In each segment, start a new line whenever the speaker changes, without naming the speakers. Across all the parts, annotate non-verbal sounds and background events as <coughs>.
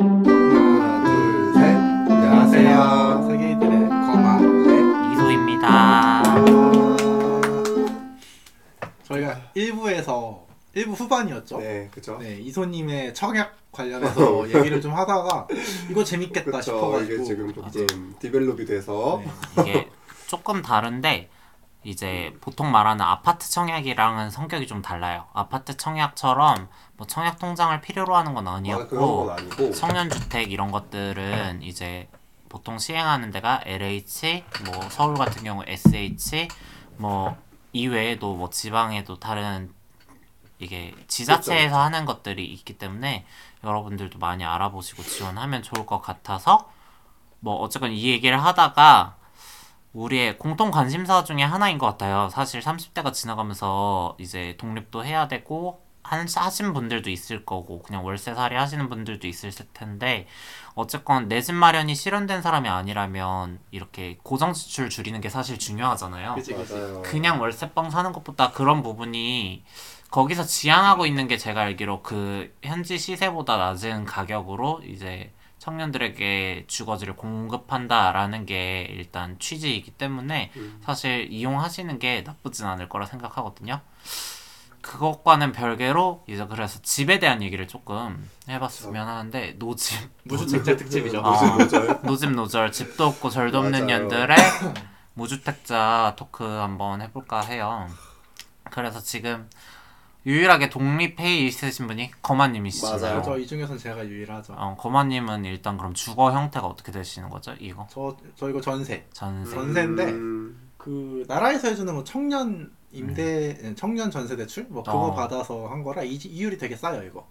네,
아, 저희가 1부에서 1부 후반이었죠. 네.
네, 그죠.
이소님의 청약
<laughs>
관련해서 얘기를 좀 하다가 이거 재밌겠다
그렇죠.
싶어가지고
이게 지금 어?
네.
조금 디벨롭이 돼서
이게 조금 다른데 이제 보통 말하는 아파트 청약이랑은 성격이 좀 달라요. 아파트 청약처럼 뭐 청약 통장을 필요로 하는 건
아, 그런 건
네. 아니었고
아니고
청년 주택 이런 것들은 이제 보통 시행하는 데가 LH 뭐 서울 같은 경우 SH 뭐 이외에도 뭐 지방에도 다른 이게
그렇죠,
지자체에서 하는 것들이 있기 때문에 여러분들도 많이 알아보시고 지원하면 좋을 것 같아서 뭐 어쨌건 이 얘기를 하다가 우리의 공통 관심사 중에 하나인 것 같아요. 사실 30대가 지나가면서 이제 독립도 해야 되고 한 하신 분들도 있을 거고 그냥 월세살이 하시는 분들도 있을 텐데 어쨌건 내 집 마련이 실현된 사람이 아니라면 이렇게 고정 지출 줄이는 게 사실 중요하잖아요.
그치 그치.
맞아요.
그냥 월세방 사는 것보다 그런 부분이 거기서 지향하고 있는 게 제가 알기로 그 현지 시세보다 낮은 가격으로 이제 청년들에게 주거지를 공급한다라는 게 일단 취지이기 때문에
음.
사실 이용하시는 게 나쁘진 않을 거라 생각하거든요. 그것과는 별개로 이제 그래서 집에 대한 얘기를 조금 해봤으면
그렇죠.
하는데 노집
무주택자
음,
특집이죠.
아.
무슨 노절?
노집 노절 집도 없고 절도 없는
맞아요. <coughs>
년들의 무주택자 토크 한번 해볼까 해요. 그래서 지금 유일하게 독립회의 있으신 분이 거마님이시잖아요.
맞아요.
저이 중에서는 제가 유일하죠.
어, 거마님은 일단 그럼 주거 형태가 어떻게 되시는 거죠? 이거
저, 저 이거 전세.
전세.
전세인데
음,
그 나라에서 해주는 뭐 청년 임대, 청년 전세 대출 뭐 그거
어.
네. 받아서 한 거라 이, 이율이 되게 싸요 이거.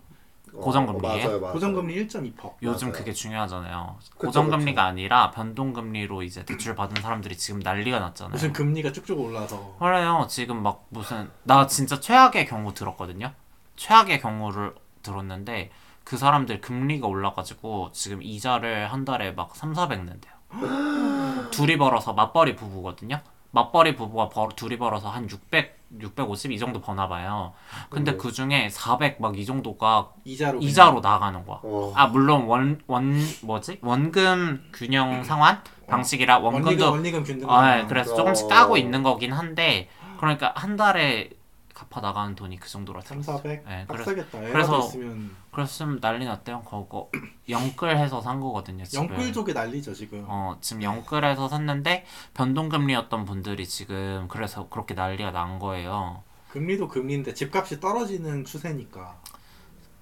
어,
고정금리예요?
맞아요, 맞아요.
고정금리 1.2%.
요즘
맞아요.
그게 중요하잖아요.
그쵸,
고정금리가 아니라 변동금리로 이제 대출 받은 사람들이 지금 난리가 났잖아요.
요즘 금리가 쭉쭉 올라서
그래요. 지금 막 무슨 나 진짜 최악의 경우 들었거든요. 최악의 경우를 들었는데 그 사람들 금리가 올라가지고 지금 이자를 한 달에 막 3, 400
<gasps>
낸대요. 둘이 벌어서 맞벌이 부부거든요. 맞벌이 부부가 벌, 둘이 벌어서 한 600, 650 이 정도 버나 봐요.
네.
근데 그 중에 400 막 이 정도가
이자로 그냥-
이자로 나가는 거야.
어,
아 물론 원 원 뭐지? 원금 균형 상환 방식이라
음. 원리금
원금도
원리금 균등.
아, 네, 그래서
어.
조금씩 따고 있는 거긴 한데 그러니까 한 달에 갚아 나가는 돈이 그 정도라
3,
들었어요.
400.
네, 그래-
빡세겠다. 애가
그래서-
도 있으면
그랬으면 난리 났대요. 그거 <clears throat> 영끌해서 산 거거든요. 지금.
영끌족이 난리죠 지금.
어 지금 영끌해서 샀는데 변동금리였던 분들이 지금 그래서 그렇게 난리가 난 거예요.
금리도 금리인데 집값이 떨어지는 추세니까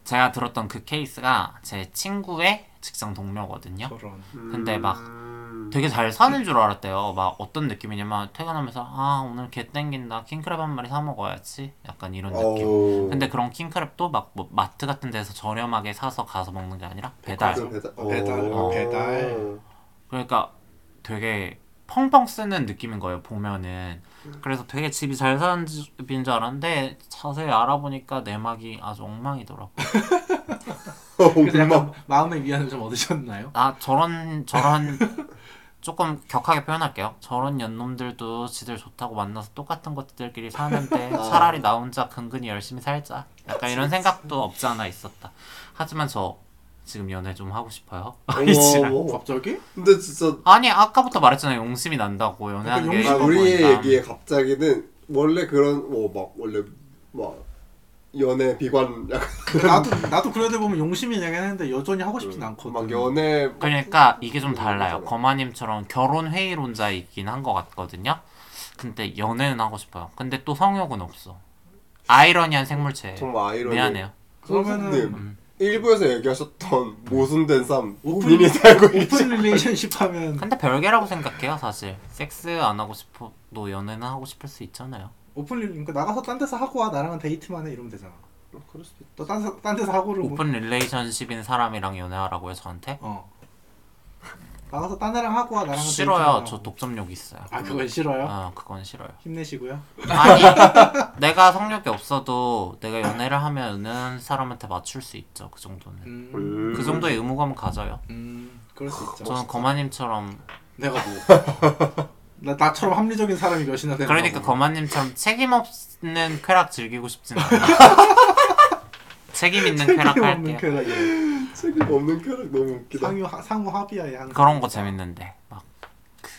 제가 들었던 그 케이스가 제 친구의 직장 동료거든요.
그런.
근데 막
음,
되게 잘 사는 줄 알았대요. 막 어떤 느낌이냐면 퇴근하면서 아 오늘 개 땡긴다 킹크랩 한 마리 사 먹어야지 약간 이런 느낌.
어우,
근데 그런 킹크랩도 막뭐 마트 같은 데서 저렴하게 사서 가서 먹는 게 아니라 배달.
고정 배달,
어, 배달,
어.
배달.
그러니까 되게 펑펑 쓰는 느낌인 거예요 보면은. 그래서 되게 집이 잘 사는 집인 줄 알았는데 자세히 알아보니까 내막이 아주 엉망이더라고.
그래서 약간 마음의 위안을 좀
<laughs>
얻으셨나요?
아 저런 저런 조금 격하게 표현할게요. 저런 연놈들도 지들 좋다고 만나서 똑같은 것들끼리 사는데
아.
차라리 나 혼자 근근히 열심히 살자. 약간 이런 생각도 없지 않아 있었다. 하지만 저 지금 연애 좀 하고 싶어요. 이 지랄.
어머, 어머. <laughs>
갑자기?
근데 진짜
아니 아까부터 말했잖아요. 용심이 난다고
그러니까
연애하는 게
아,
용심은
우리의
일본이다.
얘기에 갑자기는 원래 그런 뭐막 원래 막 연애 비관 약간
나도 나도 그러다 보면 용심이 얘긴 했는데 여전히 하고 싶진 않거든.
그,
음.
막 연애 막
그러니까 이게 좀 달라요. 거마님처럼 결혼 회의론자이긴 한 것 같거든요. 근데 연애는 하고 싶어요. 근데 또 성욕은 없어. 아이러니한 생물체.
정말 아이러니
미안해요.
그러면은 음.
선생님, 일부에서
음.
얘기하셨던 모순된 삶 본인이
오픈-
살고
오픈
<laughs> 계신
릴레이션십 하면
근데 별개라고 생각해요, 사실. 섹스 안 하고 싶어도 연애는 하고 싶을 수 있잖아요.
오픈 릴레이 그러니까 나가서 딴 데서 하고 와 나랑은 데이트만 해 이러면 되잖아.
음,
그럴 수도 있-
또딴딴 딴 데서 하고를 뭐-
오픈 릴레이션십인 사람이랑 연애하라고요, 저한테?
어. 나가서 딴 애랑 하고 와 나랑은
싫어요.
데이트만
저
하고.
독점욕 있어요.
아 그건 싫어요?
어, 그건 싫어요.
힘내시고요.
아니 내가 성욕이 없어도 내가 연애를 하면은 사람한테 맞출 수 있죠 그 정도는
음,
음.
그 정도의 의무감은 가져요
음 그럴 수 있죠.
저는 거마님처럼
내가 뭐.
<laughs>
나, 나처럼 합리적인 사람이 몇이나 되는
그러니까 거마님처럼 책임 없는 쾌락 즐기고 싶진
<laughs>
않아요 책임 있는 쾌락 할게요
없는 쾌락이
<laughs>
책임 없는 쾌락 너무 웃기다
상유 하- 상호 합의하에 항상
그런 거 재밌는데 막 그,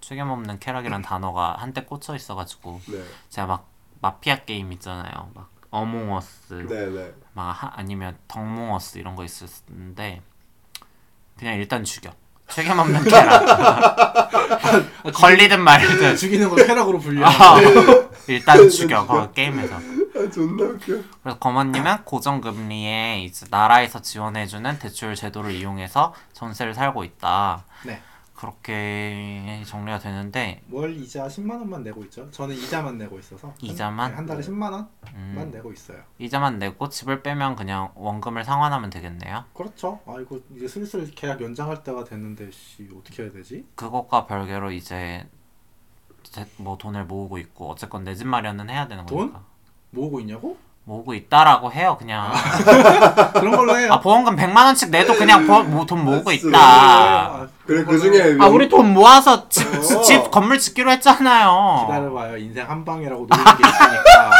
책임 없는 쾌락이란 단어가 한때 꽂혀 있어가지고
네.
제가 막 마피아 게임 있잖아요. 막 어몽어스
네네.
막 하- 아니면 덕몽어스 이런 거 있었는데 그냥 일단 죽여. 책임 없는 <laughs> 캐라.
아, 죽이-
걸리든 말든
죽이는 걸 쾌락으로 분류.
어, 일단 죽여 그 게임에서.
아 존나 웃겨.
그래서 검언님은 고정금리에 이제 나라에서 지원해주는 대출 제도를 이용해서 전세를 살고 있다.
네.
그렇게 정리가 되는데
월 이자 10만 원만 내고 있죠. 저는 이자만 내고 있어서 한-
이자만?
네, 한 달에 10만 원만
음,
내고 있어요.
이자만 내고 집을 빼면 그냥 원금을 상환하면 되겠네요.
그렇죠. 아 이거 이제 슬슬 계약 연장할 때가 됐는데 씨 어떻게 해야 되지?
그것과 별개로 이제 제- 뭐 돈을 모으고 있고 어쨌건 내 집 마련은 해야 되는
돈?
거니까
모으고 있냐고?
모으고 있다라고 해요 그냥
아, 그런 걸로 해요.
아 보험금 100만 원씩 내도 그냥 보, 뭐, 돈 모으고
맞습니다.
네, 아,
있다
그래 그 중에
아 우리 돈 모아서 집,
어.
집 건물 짓기로 했잖아요
기다려봐요. 인생 한 방이라고 노는 게 있으니까.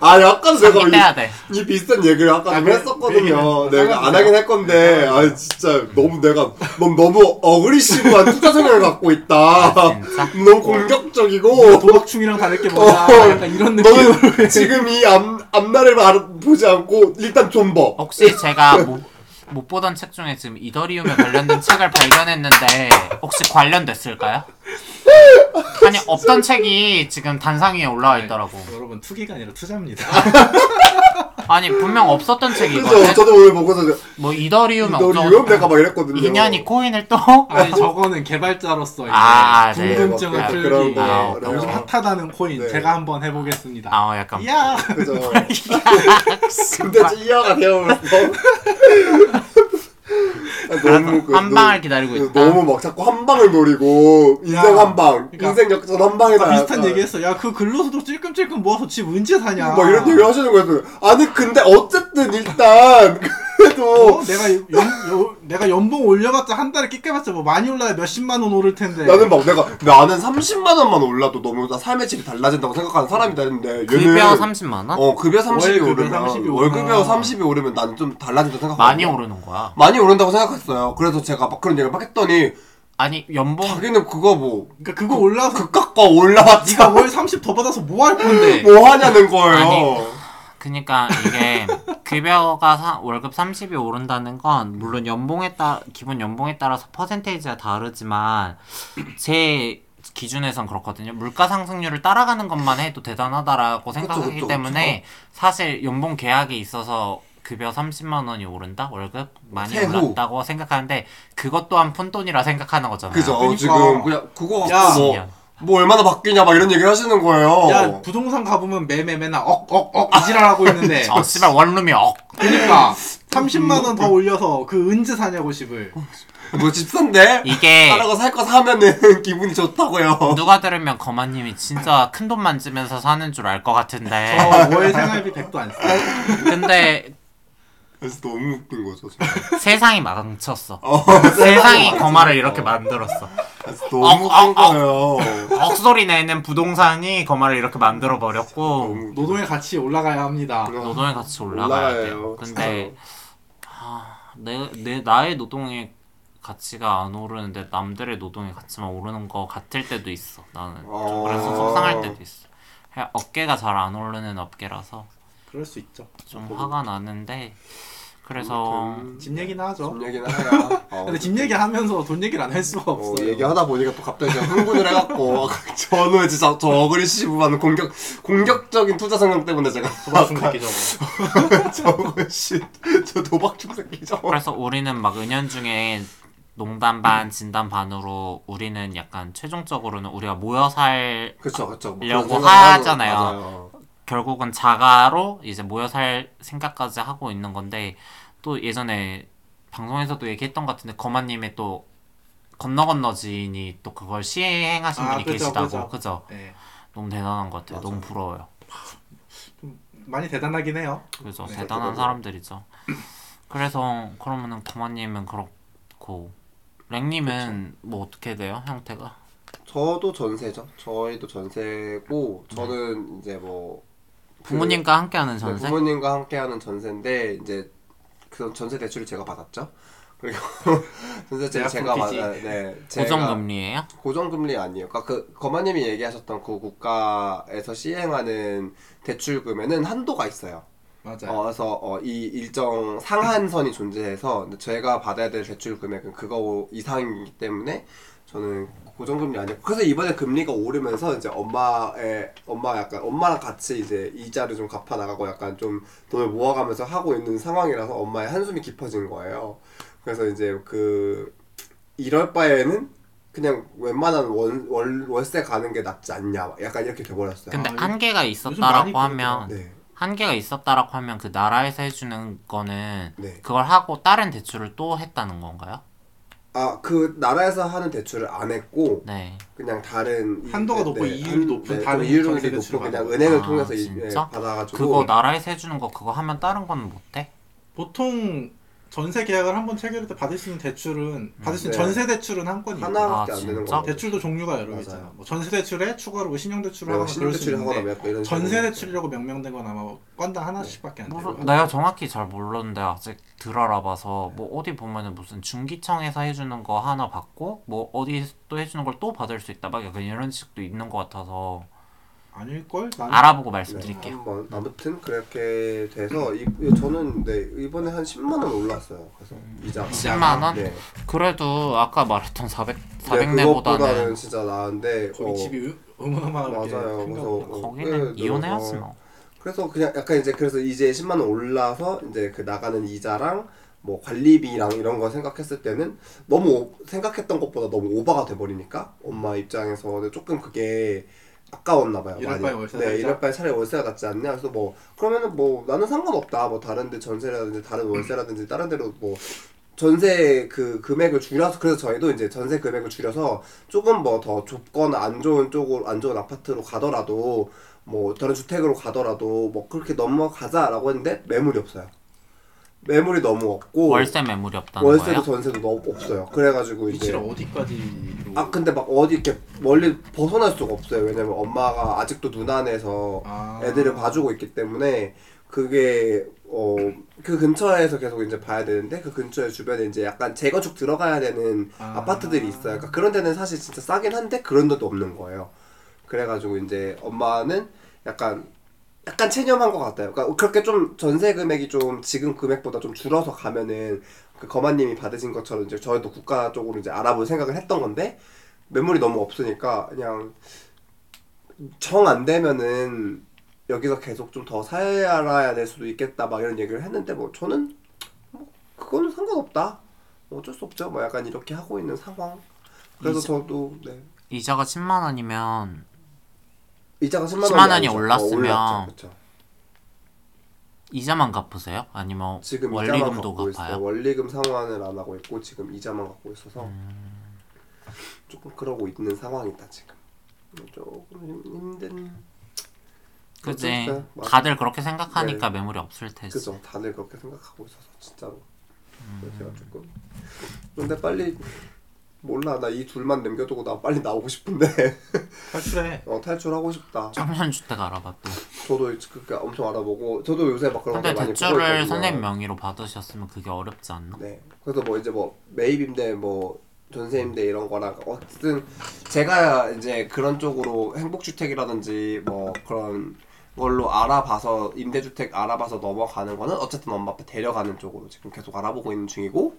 아 약간 제가
이거 빼야 돼
이, 이 비슷한 얘기를 아까
아,
좀
그-
했었거든요.
그 얘기는
내가 안
상관없어요.
하긴 할 건데 아 진짜 너무 내가 넌 너무 어그리시브한 투자 생각을 갖고 있다.
진짜
<laughs> 너무
어.
공격적이고
도박충이랑 다를 게 뭐냐?
어.
약간 이런 느낌으로.
너는 지금 이 앞, 앞날을 말, 보지 않고 일단 좀 봐.
혹시 제가 못, 못 보던 책 중에 지금 이더리움에 관련된 책을 발견했는데 혹시 관련됐을까요? 아니 없던 책이 지금 단상 위에 올라와 있더라고
여러분 투기가 아니라 투자입니다.
아니 분명 없었던 책이
그래서
이거
저도 오늘 보고서 저-
뭐 이더리움
너 유럽 내가 막 이랬거든요.
인연이 코인을 또 <laughs>
아니 저거는 개발자로서 이제
아, 네.
궁금증을
아,
풀기
그런
위해
거예요.
요즘 핫하다는 코인
네.
제가 한번 해보겠습니다.
아 어, 약간
야
그죠. 근데 찔려가 되어버렸어. 아, 너무 그-
한 방을 기다리고
그
있다
너무 막 자꾸 한 방을 노리고 인생
야.
한 방,
그러니까
인생 역전 한 방이다.
아까 비슷한
약간.
얘기했어. 야 그 근로소득 찔끔찔끔 모아서 집 언제 사냐?
막뭐 이런 얘기 하시는 거예요. 아니 근데 어쨌든 일단 그래도
어, 내가 연, 요, 내가 연봉 올려봤자 한 달에 끼껴봤자 뭐 많이 올라야 몇십만 원 오를 텐데.
나는 막 내가 나는 30만 원만 올라도 너무 나 삶의 질이 달라진다고 생각하는 사람이다 했는데 얘는
급여 30만 원?
어 급여 30이
월급여
오르면 월급여
30이 오르면
30이 오르면 난 좀 달라진다 생각
많이 오르는 거야
많이 오른다고 생각했어요. 그래서 제가 막 그런 얘기를 막 했더니
아니 연봉
자기는 그거 뭐
그러니까 그거 올라서
극값과 올라왔지
네가 월 30 더 받아서 뭐 할 건데?
뭐 하냐는 거예요.
아니. 그니까 이게
<laughs>
급여가 사- 월급 30이 오른다는 건 물론 연봉에 따 기본 연봉에 따라서 퍼센테이지가 다르지만 제 기준에선 그렇거든요. 물가 상승률을 따라가는 것만 해도 대단하다라고 생각하기
그쵸, 그쵸.
때문에 사실 연봉 계약에 있어서 급여 30만 원이 오른다 월급 많이
세후.
올랐다고 생각하는데 그것 또한 푼돈이라 생각하는 거잖아요. 어,
그죠
그러니까.
지금 그냥 그거
야.
갖고 뭐, 뭐 얼마나 바뀌냐 막 이런 얘기를 하시는 거예요.
야 부동산 가보면 매매 맨날 억억억 이지랄하고 있는데.
아, 네.
어 씨발 원룸이 억.
그러니까 30만 원
음.
더 올려서 그 은지 사냐고 집을.
뭐 집산데
이게
사라고 살 거 사면은 <laughs> 기분이 좋다고요.
누가 들으면 거마님이 진짜 큰 돈 만지면서 사는 줄 알 것 같은데
저 월의 생활비 100도 안 써.
근데
그래서 너무 웃긴 거죠. 진짜.
세상이 망쳤어
어,
세상이 거마를 이렇게 만들었어
그래서 너무
어, 어,
웃긴 거예요.
억소리 내는 부동산이 거마를 이렇게 만들어 버렸고
너무
노동의 가치 올라가야 합니다.
노동의 가치 음. 올라가야 돼요 근데 아, 내, 내 나의 노동의 가치가 안 오르는데 남들의 노동의 가치만 오르는 거 같을 때도 있어 나는
어.
그래서 속상할 때도 있어 그냥 어깨가 잘 안 오르는 업계라서
그럴 수 있죠.
좀 화가 나는데 그래서
집 얘기나 하죠.
집 얘기는 하야. 어,
근데 집 얘기하면서 돈 얘기를 안 할 수가
어,
없어요.
얘기하다 보니까 또 갑자기 제가 흥분을 해갖고 <laughs> 저는 진짜 저 어그리시브한 공격 공격적인 투자 생각 때문에 제가
도박충
아,
새끼 저거.
<laughs> 저거 씨저 도박충 새끼죠.
그래서 우리는 막 은연중에 농담 반 진담 반으로 우리는 약간 최종적으로는 우리가 모여 살
그렇죠, 그렇죠.
이러고 하잖아요. 결국은 자가로 이제 모여 살 생각까지 하고 있는 건데 또 예전에 방송에서도 얘기했던 것 같은데 거마님의 또 건너 건너 지인이 또 그걸 시행하신
아,
분이
그죠,
계시다고
그죠.
아.
그죠
네.
너무 대단한 것 같아요
맞아.
너무 부러워요
많이 대단하긴 해요.
그죠
네,
대단한
그죠.
사람들이죠 그래서 그러면은 거마님은 그렇고 랭님은 뭐 어떻게 돼요 형태가
저도 전세죠. 저희도 전세고 저는 이제 뭐
부모님과 함께하는
그,
전세?
네, 부모님과 함께하는 전세인데 이제 그 전세 대출을 제가 받았죠. 그리고 <laughs> 선생님 제가
대학
맞아
홈페이지.
네 제가- 아,
고정금리예요?
고정금리 아니에요. 그러니까 그 거마님이 얘기하셨던 그 국가에서 시행하는 대출금에는 한도가 있어요.
맞아요.
어, 그래서 어, 이 일정 상한선이 존재해서 근데 제가 받아야 될 대출 금액은 그거 이상이기 때문에 저는 고정금리 아니고 그래서 이번에 금리가 오르면서 이제 엄마의 엄마 약간 엄마랑 같이 이제 이자를 좀 갚아 나가고 약간 좀 돈을 모아가면서 하고 있는 상황이라서 엄마의 한숨이 깊어진 거예요. 그래서 이제 그 이럴 바에는 그냥 웬만한 원, 월, 월세 가는 게 낫지 않냐 약간 이렇게 돼버렸어요.
근데
아, 요-
한계가
많이
있었다라고
그러더라.
하면
네.
한계가 있었다라고 하면 그 나라에서 해주는 거는
네.
그걸 하고 다른 대출을 또 했다는 건가요?
아, 그 나라에서 하는 대출을 안 했고
네.
그냥 다른 이-
한도가 높고 이율이
한-
높은
네,
다른
좀 이율이
전세
높고
대출을
그냥
받는
은행을
거.
통해서
아,
이- 예,
진짜?
받아가지고
그거 나라에서 해주는 거 그거 하면 다른 건 못해?
보통 전세 계약을 한번 체결할 때 받을 수 있는 대출은 받을 수 있는
네.
전세 대출은 한 건이고
하나밖에
아,
안 되는
진짜?
거예요.
대출도 종류가 여러 개
맞아요. 네,
있잖아. 뭐 전세 대출에 추가로 신용 대출을 하거나
신용
그럴 수
대출을 하거나 네,
있는데
몇 이런
전세
식으로.
대출이라고 명명된 건 아마 건당 하나씩밖에
뭐
안
모르,
돼요.
내가 정확히 잘 모르는데 아직 덜 알아봐서 뭐 어디 보면은 무슨 중기청에서 해주는 거 하나 받고 뭐 어디 또 해주는 걸 또 받을 수 있다 막 약간 이런 식도 있는 것 같아서
아닐 걸? 나는
알아보고
네,
말씀드릴게요.
한번 아무튼 그렇게 돼서 이, 저는 네, 이번에 한 10만 원 올랐어요. 그래서 이자가
10만 원?
네.
그래도 아까 말했던 400
네,
400내보다는
그것보다는 진짜 나은데
거기
어,
집이 어마어마하게
맞아요.
큰
그래서
거.
어,
거기는
네,
이혼해야지
그래서
뭐.
그래서 그냥 약간 이제 그래서 이제 10만 원 올라서 이제 그 나가는 이자랑 뭐 관리비랑 이런 거 생각했을 때는 너무 오- 생각했던 것보다 너무 오버가 돼 버리니까 엄마 입장에서 조금 그게 아까웠나 봐요.
이럴
많이.
바에 월세
네,
살자.
이럴 바에 차라리 월세가 낫지 않냐. 그래서 뭐 그러면은 뭐 나는 상관없다. 뭐 다른데 전세라든지 다른 월세라든지 다른 데로 뭐 전세 그 금액을 줄여서 그래서 저희도 이제 전세 금액을 줄여서 조금 뭐 더 좁거나 안 좋은 쪽으로 안 좋은 아파트로 가더라도 뭐 다른 주택으로 가더라도 뭐 그렇게 넘어가자라고 했는데 매물이 없어요. 매물이 너무 없고
월세 매물이 없다는
월세도
거예요?
전세도 너무 없어요. 그래가지고 이제
위치를 어디까지?
아 근데 막 어디 이렇게 멀리 벗어날 수가 없어요. 왜냐면 엄마가 아직도 눈 안에서
아.
애들을 봐주고 있기 때문에 그게 어 그 근처에서 계속 이제 봐야 되는데 그 근처에 주변에 이제 약간 재건축 들어가야 되는
아.
아... 파트들이 있어요. 그러니까 그런 데는 사실 진짜 싸긴 한데 그런 데도 없는 거예요. 그래가지고 이제 엄마는 약간 약간 체념한 것 같아요. 그러니까 그렇게 좀 전세 금액이 좀 지금 금액보다 좀 줄어서 가면은 그 거마님이 받으신 것처럼 이제 저희도 국가 쪽으로 이제 알아볼 생각을 했던 건데 매물이 너무 없으니까 그냥 정 안 되면은 여기서 계속 좀 더 살아야 될 수도 있겠다 막 이런 얘기를 했는데 뭐 저는 뭐 그거는 상관없다 뭐 어쩔 수 없죠 뭐 약간 이렇게 하고 있는 상황 그래서
이자-
저도 네
이자가 10만 원이면
이자가 10만,
10만 원이
아니죠. 어,
올랐으면
올랐죠. 그쵸.
이자만 갚으세요? 아니면
지금 이자만
원리금도
갖고 있어요.
갚아요?
원리금 상환을 안 하고 있고 지금 이자만 갖고 있어서
음.
조금 그러고 있는 상황이다 지금. 뭐 조금 힘- 힘든.
그지?
어쩔 수 없어요. 그러니까 맞아. 네.
다들 그렇게 생각하니까 매물이 없을 테지.
그죠. 다들 그렇게 생각하고 있어서 진짜로.
음.
그래서 제가 조금. 근데 빨리 몰라 나 이 둘만 남겨두고 나 빨리 나오고 싶은데 <laughs>
탈출해.
어, 탈출하고 싶다.
청년 주택 알아봤고.
저도 그렇게 엄청 알아보고 저도 요새 막 그런 거
근데
많이 보고
대출을
있거든요.
선생님 명의로 받으셨으면 그게 어렵지 않나?
네. 그래서 뭐 이제 뭐 매입임대 뭐 전세임대 이런 거랑 어쨌든 제가 이제 그런 쪽으로 행복주택이라든지 뭐 그런 걸로 알아봐서 임대주택 알아봐서 넘어가는 거는 어쨌든 엄마 아빠 데려가는 쪽으로 지금 계속 알아보고 있는 중이고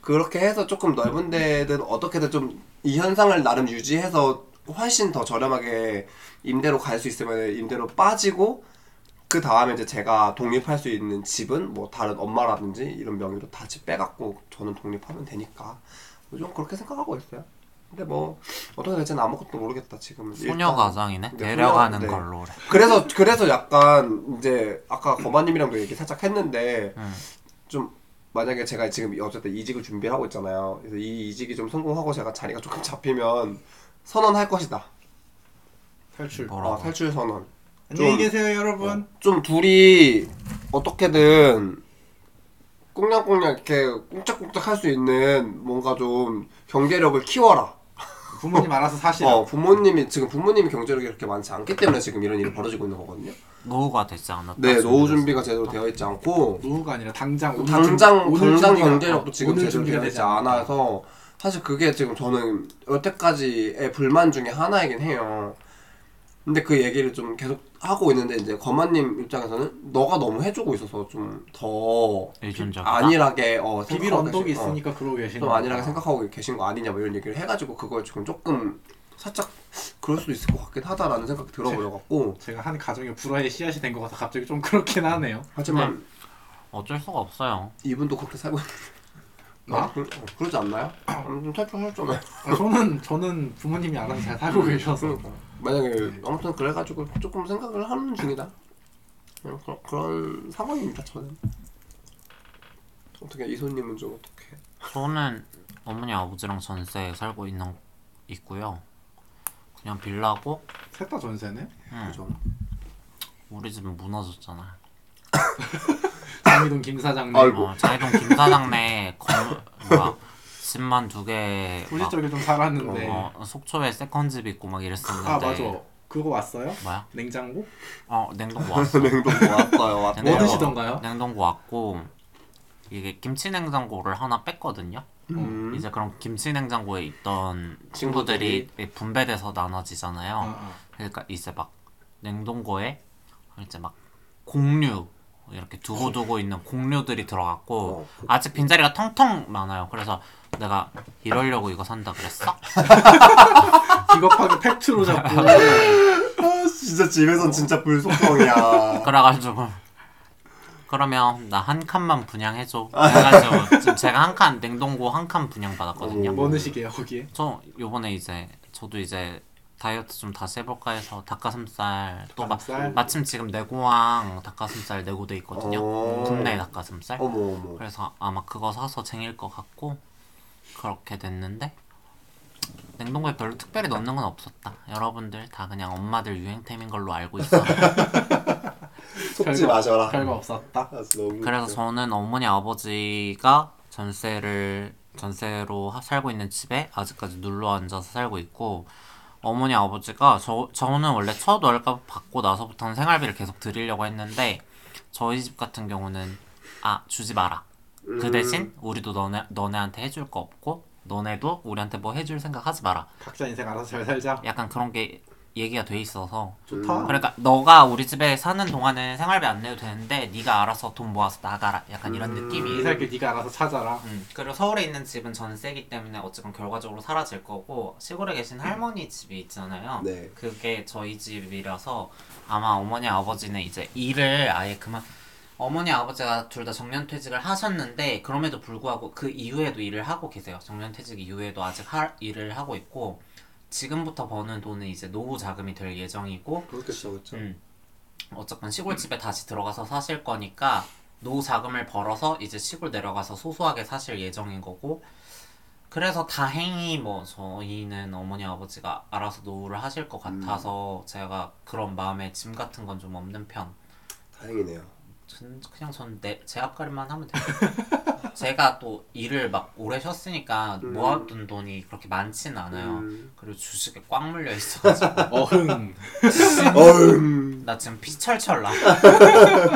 그렇게 해서 조금 넓은 데든 어떻게든 좀 이 현상을 나름 유지해서 훨씬 더 저렴하게 임대로 갈 수 있으면 임대로 빠지고 그 다음에 이제 제가 독립할 수 있는 집은 뭐 다른 엄마라든지 이런 명의로 다 집 빼갖고 저는 독립하면 되니까 요즘 그렇게 생각하고 있어요. 근데 뭐 어떻게 될지는 아무것도 모르겠다 지금은.
소녀
일단.
가장이네.
네,
데려가는
소녀- 네.
걸로. 그래.
그래서 그래서 약간 이제 아까 거마님이랑도 얘기 살짝 했는데
음.
좀 만약에 제가 지금 어쨌든 이직을 준비하고 있잖아요. 그래서 이 이직이 좀 성공하고 제가 자리가 조금 잡히면 선언할 것이다.
탈출.
뭐라고?
아, 탈출 선언.
안녕히
좀- 어.
계세요 여러분.
좀 둘이 어떻게든 꽁냥꽁냥 이렇게 꽁짝꽁짝 할 수 있는 뭔가 좀 경제력을 키워라.
부모님 알아서 사시라.
어 부모님이 지금 부모님이 경제력이 그렇게 많지 않기 때문에 지금 이런 일이 벌어지고 있는 거거든요.
노후가 되지 않았다.
네 노후 준비가 제대로 되어 있지 않고
노후가 아니라 당장 오늘
당장
준- 오늘
당장
준비가- 아,
경제력도 지금
오늘
제대로
준비가
되어 있지 않아서 사실 그게 지금 저는 여태까지의 불만 중에 하나이긴 해요. 근데 그 얘기를 좀 계속 하고 있는데 이제 거만님 입장에서는 너가 너무 해주고 있어서 좀 더
의존적이다.
안일하게 어
비빌
생각하고
언덕이
계신- 어,
있으니까 그러고 계시는
좀 안일하게
거다.
생각하고 계신 거 아니냐 뭐 이런 얘기를 해가지고 그걸 지금 조금 살짝 그럴 수도 있을 것 같긴 하다라는 생각이 들어버려갖고
제가 한 가정의 불화의 씨앗이 된 것 같아 갑자기 좀 그렇긴 하네요.
하지만
어쩔 수가 없어요.
이분도 그렇게 살고 있는
나?
그, 어, 그러지 않나요? 음, 좀 살펴살 좀 해.
아, 저는 저는 부모님이 알아서 잘 살고 계셔서
그러니까. 만약에 아무튼 그래가지고 조금 생각을 하는 중이다. 그냥 그런, 그런 상황입니다 저는. 어떻게 이소님은 좀 어떻게?
저는 어머니 아버지랑 전세 살고 있는 있고요. 그냥 빌라고
셋
<laughs>
다 전세네.
음,
그죠?
우리 집은 무너졌잖아.
장미동 김 사장님.
아이고.
어, 자이동 김사장네 건물 막 집만 두개
부지 쪽에 좀 살았는데.
어, 속초에 세컨집 있고 막 이랬었는데
아 맞아. 그거 왔어요?
뭐야?
냉장고?
어 냉동고 왔어.
냉동 왔어요
네,
뭐
어.
왔어요.
드시던가요?
냉동고 왔고 이게 김치 냉장고를 하나 뺐거든요.
음.
이제 그럼 김치 냉장고에 있던 친구들이 분배돼서 나눠지잖아요.
아, 아.
그러니까 이제 막 냉동고에 이제 막 공류 이렇게 두고 두고 있는 공류들이 들어갔고
어.
아직 빈자리가 텅텅 많아요. 그래서 내가 이러려고 이거 산다 그랬어?
기겁하게 아. 팩트로
<laughs>
잡고
아, 진짜 집에선 진짜 불속성이야. <laughs>
그래가지고 그러면 나 한 칸만 분양해줘. 그래가지고 지금 제가 한 칸 냉동고 한 칸 분양 받았거든요.
어머.
뭐느 시기예요 거기에?
저 요번에 이제 저도 이제 다이어트 좀 다시 해볼까 해서 닭가슴살 또 마,
닭가슴살?
마침 지금 내고왕 닭가슴살 내고돼 있거든요
어.
국내 닭가슴살
어머 어머.
그래서 아마 그거 사서 쟁일 것 같고 그렇게 됐는데 냉동고에 별로 특별히 넣는 건 없었다 여러분들 다 그냥 엄마들 유행템인 걸로 알고 있어
속지
별거-
마셔라.
별거 없었다.
아, 진짜 너무
그래서
웃겨.
저는 어머니 아버지가 전세를 전세로 하- 살고 있는 집에 아직까지 눌러 앉아서 살고 있고 어머니 아버지가 저 저는 원래 첫 월급 받고 나서부터는 생활비를 계속 드리려고 했는데 저희 집 같은 경우는 아 주지 마라 그
음.
대신 우리도 너네 너네한테 해줄 거 없고 너네도 우리한테 뭐 해줄 생각 하지 마라
각자 인생 알아서 잘 살자.
약간 그런 게 얘기가 돼 있어서
좋다.
예. 그러니까 너가 우리 집에 사는 동안은 생활비 안 내도 되는데 네가 알아서 돈 모아서 나가라 약간 이런
음.
이
느낌이
살길 네가 알아서 찾아라.
음, 그리고 서울에 있는 집은 전세기 때문에 어쨌건 결과적으로 사라질 거고 시골에 계신 할머니 집이 있잖아요
네.
그게 저희 집이라서 아마 어머니 아버지는 이제 일을 아예 그만 어머니 아버지가 둘 다 정년퇴직을 하셨는데 그럼에도 불구하고 그 이후에도 일을 하고 계세요 정년퇴직 이후에도 아직 할 일을 하고 있고 지금부터 버는 돈은 이제 노후 자금이 될 예정이고
그렇겠죠, 그렇죠.
음. 어쨌건 시골집에 다시 들어가서 사실 거니까 노후 자금을 벌어서 이제 시골 내려가서 소소하게 사실 예정인 거고 그래서 다행히 뭐 저희는 어머니 아버지가 알아서 노후를 하실 것 같아서
음.
제가 그런 마음에 짐 같은 건 좀 없는 편
다행이네요.
전- 그냥 전 내 제 앞가림만 하면
<laughs>
돼요 제가 또 일을 막 오래 쉬었으니까
음.
모아둔 돈이 그렇게 많지는 않아요
음.
그리고 주식에 꽉 물려 있어가지고
어흥.
어음.
나 지금 피철철 나. <laughs>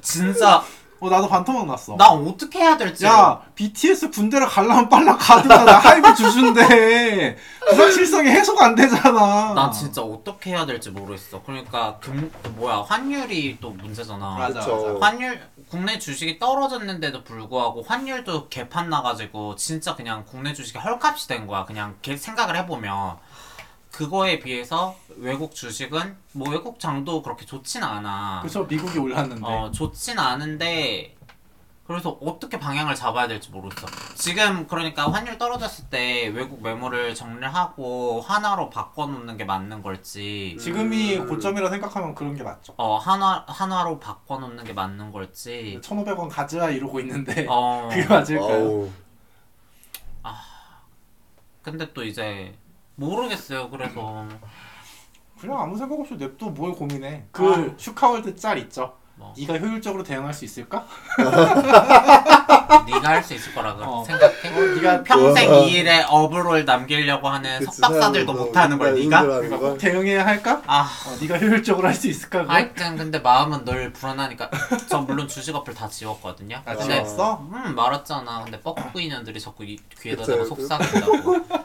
진짜
어 나도 반토막 났어.
나 어떻게 해야 될지.
야 BTS 군대를 가려면 빨라 가든가 나 하이브 주준데 부상실성이 해소가 안 되잖아.
나 진짜 어떻게 해야 될지 모르겠어. 그러니까 금 뭐야 환율이 또 문제잖아.
맞아
그쵸.
맞아.
환율 국내 주식이 떨어졌는데도 불구하고 환율도 개판 나가지고 진짜 그냥 국내 주식이 헐값이 된 거야. 그냥 개- 생각을 해보면 그거에 비해서 외국 주식은 뭐 외국 장도 그렇게 좋진 않아.
그쵸 미국이 올랐는데.
어, 좋진 않은데 그래서 어떻게 방향을 잡아야 될지 모르겠어. 지금 그러니까 환율 떨어졌을 때 외국 매물을 정리하고 하나로 바꿔놓는 게 맞는 걸지.
지금이
음.
고점이라 생각하면 그런 게 맞죠.
어 하나 하나로 바꿔놓는 게 맞는 걸지.
1,500원 가자 이러고 있는데
예.
<laughs>
어
그게 맞을까요?
어우.
근데 또 이제 모르겠어요. 그래서
그냥 아무 생각 없이 냅둬 뭘 고민해. 그 슈카월드 짤 있죠.
뭐.
네가 효율적으로 대응할 수 있을까?
네가 할 수 있을 거라고
아! 어.
생각해.
네가 어.
평생
우와.
이 일에 업으로 남기려고 하는
그
석박사들도 못하는
뭐
걸 네가?
꼭 대응해야 할까?
아
어, 네가 효율적으로 할 수 있을까? 그걸?
하여튼 근데 마음은 늘 불안하니까 저 물론 주식 어플 다 지웠거든요.
아,
근데
지웠어?
음 말았잖아. 근데 뻐꾸꾸 인연들이 자꾸 이 귀에다
그쵸,
대고
그-
속삭인다고.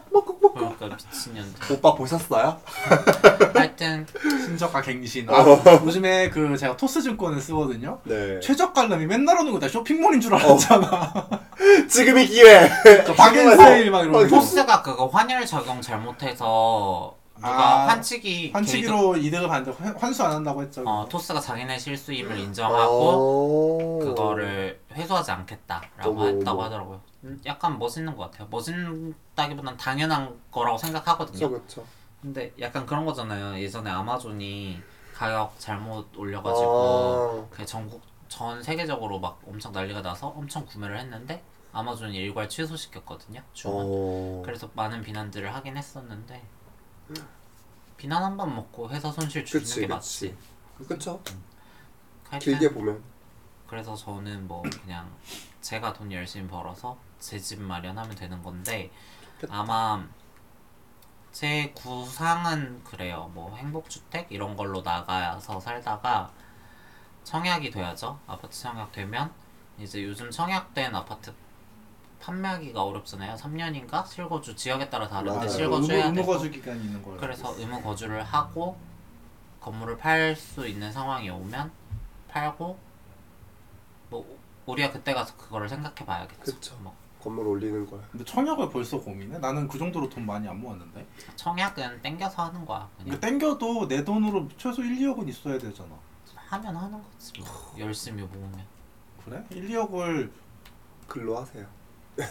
그러니까 미친년들.
오빠 보셨어요?
하여튼
신저가 갱신. 아, 요즘에 그 제가 토스증권을 쓰거든요.
네.
최저가람이 맨날 오는 거다 쇼핑몰인 줄 <laughs> 알았잖아.
지금이 기회.
저 박앤세일 막 이런 거.
토스가 그거 환율 적용 잘못해서 누가
아,
환치기 개인적-
환치기로 이득을 받는데 환- 환수 안 한다고 했죠. 아,
어 토스가 자기네 실수임을 인정하고
아.
그거를 회수하지
어.
않겠다라고
어머,
했다고
어머.
하더라고요. 음, 약간 멋있는 것 같아요. 멋있다기보단 당연한 거라고 생각하거든요.
그렇죠.
근데 약간 그런 거잖아요. 예전에 아마존이 가격 잘못
아.
올려가지고 그 전국 전 세계적으로 막 엄청 난리가 나서 엄청 구매를 했는데 아마존이 일괄 취소시켰거든요. 주문.
어.
그래서 많은 비난들을 하긴 했었는데 비난 한 번 먹고 회사 손실 주는
그치,
게
그치.
맞지.
그렇죠.
하여튼
길게 보면
그래서 저는 뭐 그냥 제가 돈 열심히 벌어서 제 집 마련하면 되는 건데 아마 제 구상은 그래요. 뭐 행복주택 이런 걸로 나가서 살다가 청약이 돼야죠. 아파트 청약 되면 이제 요즘 청약된 아파트 판매하기가 어렵잖아요. 3년인가 실거주 지역에 따라 다른데
맞아요.
실거주해야
의무
되고
거주 기간이 있는 거예요.
그래서 의무 거주를 하고 건물을 팔 수 있는 상황이 오면 팔고 뭐 우리가 그때 가서 그거를 생각해 봐야겠죠.
그쵸.
뭐
건물 올리는 거야.
근데 청약을 벌써 고민해? 나는 그 정도로 돈 많이 안 모았는데.
청약은 땡겨서 하는 거야. 그냥
근데 땡겨도 내 돈으로 최소 1, 2억은 있어야 되잖아.
그
하면 하는 거지. 뭐. 열심히 모으면.
그래? 1, 2억을
글로 하세요. <laughs>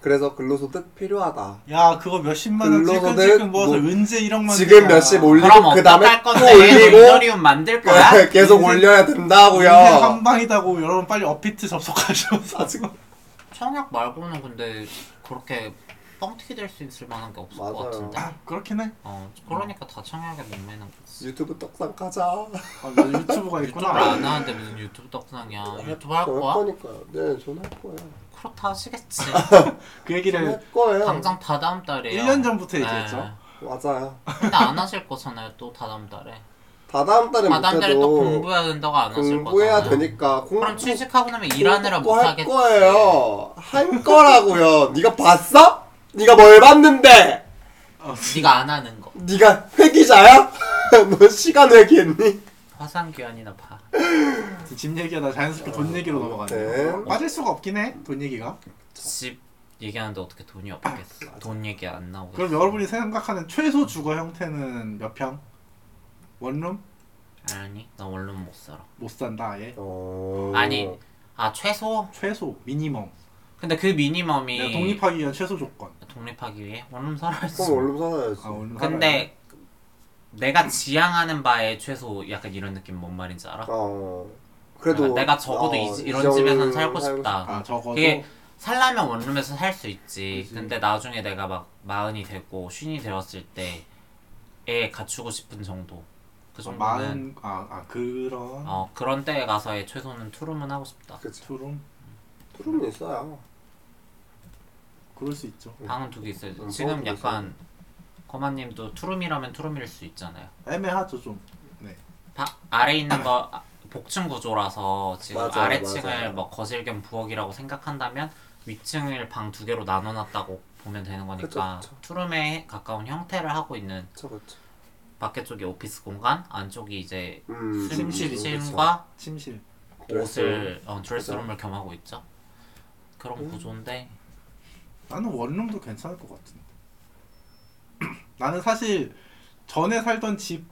그래서 근로소득 필요하다.
야 그거 몇십만 원
글로서는
찔끔찔끔 모아서
뭐,
은제 1억만
지금 몇십 올리고
그럼
그
어떡할
다음에 또
건데?
올리고 네.
인더리움 만들 거야?
<laughs> 계속 올려야 된다고요.
한 방이다고 여러분 빨리 업비트
<laughs>
접속하셔서
아직
청약 말고는 근데 그렇게 뻥튀기 될 수 있을 만한 게 없을 것
맞아요.
같은데.
아 그렇긴 해.
어 그러니까 다 청약에 못 매는 거지.
유튜브 떡상 가자.
아, 나 유튜브가
유튜브를
있구나.
안 하는데 무슨 유튜브 떡상이야. 유튜브 할
음. 저는
거야?
거니까요. 네, 저는 할 거예요.
그렇다 하시겠지.
그
저는
얘기를
할 거예요.
당장 다 다음 달이에요. 네.
1년 전부터
아.
얘기했죠.
맞아요.
근데 안 하실 거잖아요. 또 다다음 달에.
다 <laughs> 다음 달에
다다음 달에 또
못해도
공부해야 된다고 안 하실 거잖아요.
공부해야 되니까 공-
그럼 취직하고 나면 일하느라
공부
못
할
하겠지. 네.
거예요. 할 거라고요. 네가 봤어? 네가 뭘 봤는데?
네가 안 하는 거.
네가 회기자야? <laughs> 너 시간 회기했니?
화상 교환이나 봐.
집 얘기하다 자연스럽게 돈 얘기로 넘어가네.
네.
빠질 수가 없긴 해. 돈 얘기가.
집 얘기하는데 어떻게 돈이 없겠어? 돈 얘기 안 나오겠어.
그럼 여러분이 생각하는 최소 주거 형태는 몇 평? 원룸?
아니, 나 원룸 못 살아.
못 산다 아예.
어...
아니, 아 최소.
최소 미니멈.
근데 그 미니멈이
내가 독립하기 위한 최소 조건.
독립하기 위해 원룸 살아야지.
그럼 얼른 살아야지.
아 원룸.
근데 내가 지향하는 바에 최소 약간 이런 느낌 뭔 말인지 알아?
어.
그러니까
그래도
내가 적어도 이,
어,
이런
이
집에서는
정도는
살고
살고
싶다.
살아야지. 아 적어도
그게 살라면 원룸에서 살 수 있지.
그치.
근데 나중에 내가 막 마흔이 되고 쉰이 되었을 때에 갖추고 싶은 정도. 그
좀
정도는
어, 마흔 아, 아 그런
어 그런 때에 가서의 최소는 투룸은 하고 싶다.
그치.
투룸
투룸이 있어야.
그럴 수 있죠.
방은 두 개 있어요.
음,
지금
방은 두
약간 거마님도 투룸이라면 투룸일 수 있잖아요.
애매하죠 좀. 네.
바, 아래 있는 거 아, 복층 구조라서 지금
맞아요,
아래층을
맞아요.
뭐 거실 겸 부엌이라고 생각한다면 위층을 방 두 개로 나눠놨다고 보면 되는 거니까
그쵸, 그쵸.
투룸에 가까운 형태를 하고 있는
그쵸, 그쵸.
밖에 쪽이 오피스 공간, 안쪽이 이제
음,
수림실과
침실.
옷을 어, 드레스룸을 겸하고 있죠. 그런
음.
구조인데
나는 원룸도 괜찮을 것 같은데. <clears throat> 나는 사실 전에 살던 집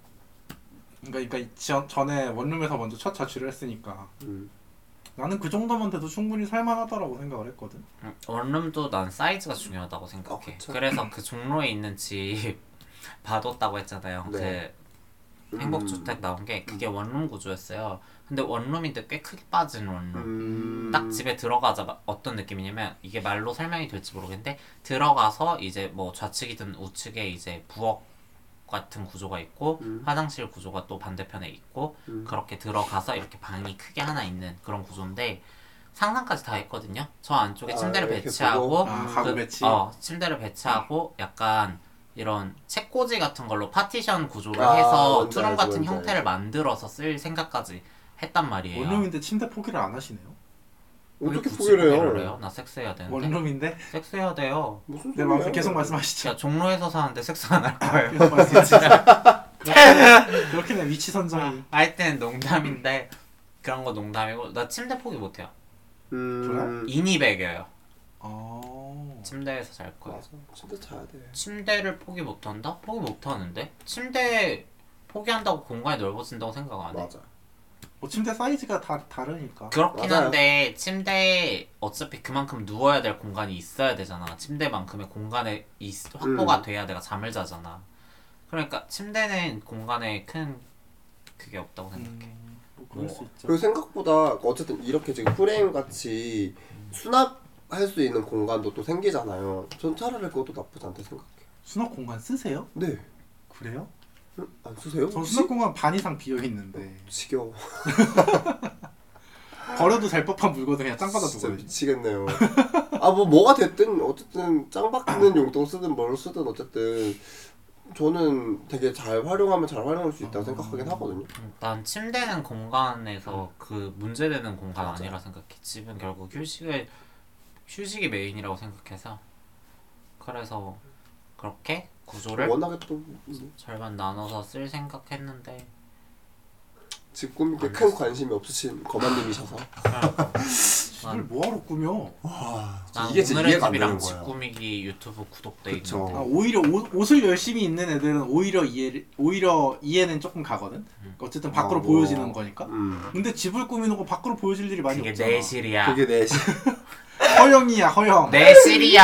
그러니까, 그러니까 전, 전에 원룸에서 먼저 첫 자취를 했으니까
음.
나는 그 정도만 돼도 충분히 살만하다라고 생각을 했거든.
음, 원룸도 난 사이즈가 중요하다고 생각해.
어, 그쵸.
그래서 그 종로에 있는 집 <laughs> 봐뒀다고 했잖아요.
네.
그
음.
행복주택 나온 게 그게 원룸 구조였어요. 근데 원룸인데 꽤 크게 빠진 원룸.
음.
딱 집에 들어가자 어떤 느낌이냐면 이게 말로 설명이 될지 모르겠는데 들어가서 이제 뭐 좌측이든 우측에 이제 부엌 같은 구조가 있고
음.
화장실 구조가 또 반대편에 있고
음.
그렇게 들어가서 이렇게 방이 크게 하나 있는 그런 구조인데 상상까지 다 있거든요. 저 안쪽에
아,
침대를
이렇게
배치하고
보고.
아,
음,
가구
그-
배치.
어, 침대를 배치하고 약간 이런 책꽂이 같은 걸로 파티션 구조를
아,
해서
뭔지
투룸
알지,
같은
뭔지
형태를 만들어서 쓸 생각까지 했단 말이에요.
원룸인데 침대 포기를 안 하시네요?
왜
어떻게
굳이
포기를
포기를
해요?
해요? 나 섹스해야 되는데.
원룸인데
섹스해야 돼요.
무슨
네
소리야?
마음 계속 말씀하시죠.
<laughs> 진짜 종로에서 사는데 섹스 안 할 거예요.
계속 말씀하시죠. <laughs> 그렇게- 그렇게 내 위치 선정이
하여튼 농담인데 그런 거 농담이고 나 침대 포기 못해요.
음,
이니백이에요.
어...
침대에서 잘 거예요.
맞아. 진짜 자야 돼.
침대를 포기 못한다? 포기 못하는데? 침대 포기한다고 공간이 넓어진다고 생각 안 해.
맞아.
뭐 침대 사이즈가 다 다르니까
그렇긴
맞아요.
한데 침대에 어차피 그만큼 누워야 될 공간이 있어야 되잖아. 침대만큼의 공간에 있- 확보가
음.
돼야 내가 잠을 자잖아. 그러니까 침대는 공간에 큰 그게 없다고 생각해.
음, 뭐 그럴
뭐.
수 있죠.
그리고 생각보다 어쨌든 이렇게 지금 프레임 같이 수납할 수 있는 공간도 또 생기잖아요. 전 차라리 그것도 나쁘지 않다 생각해요.
수납 공간 쓰세요?
네.
그래요?
음, 안 쓰세요?
전
혹시?
수납 공간 반 이상 비어 있는데
지겨워.
버려도 될 법한 물건을 그냥 짱 받아
어. 진짜
두고
미치겠네요. <laughs> 아 뭐 뭐가 됐든 어쨌든 짱 박는 용돈 쓰든 뭘 쓰든 어쨌든 저는 되게 잘 활용하면 잘 활용할 수 있다고 생각하긴 하거든요.
음, 난 침대는 공간에서 그 문제되는 공간
음. 맞아.
아니라 생각해. 집은 결국 휴식을 휴식이 메인이라고 생각해서 그래서 그렇게 구조를
워낙에 또집
절반 나눠서 쓸 생각했는데
꾸미기에 큰 관심이 없으신 거만님이셔서
아.
집을 뭐하러 꾸며?
어.
와
난
아, 이게 진짜
오늘의
이해가 안
집이랑
되는
집
거예요.
꾸미기 유튜브 구독돼
그쵸.
아,
있는데
오히려 옷, 옷을 열심히 입는 애들은 오히려 이해 오히려 이해는 조금 가거든.
음.
어쨌든 밖으로
아,
어, 뭐.
보여지는 거니까.
음
근데 집을 꾸미는 건 밖으로 보여질 일이 많이
그게
없잖아.
내실이야
그게 내 시- <laughs>
허영이야 허영.
내실이야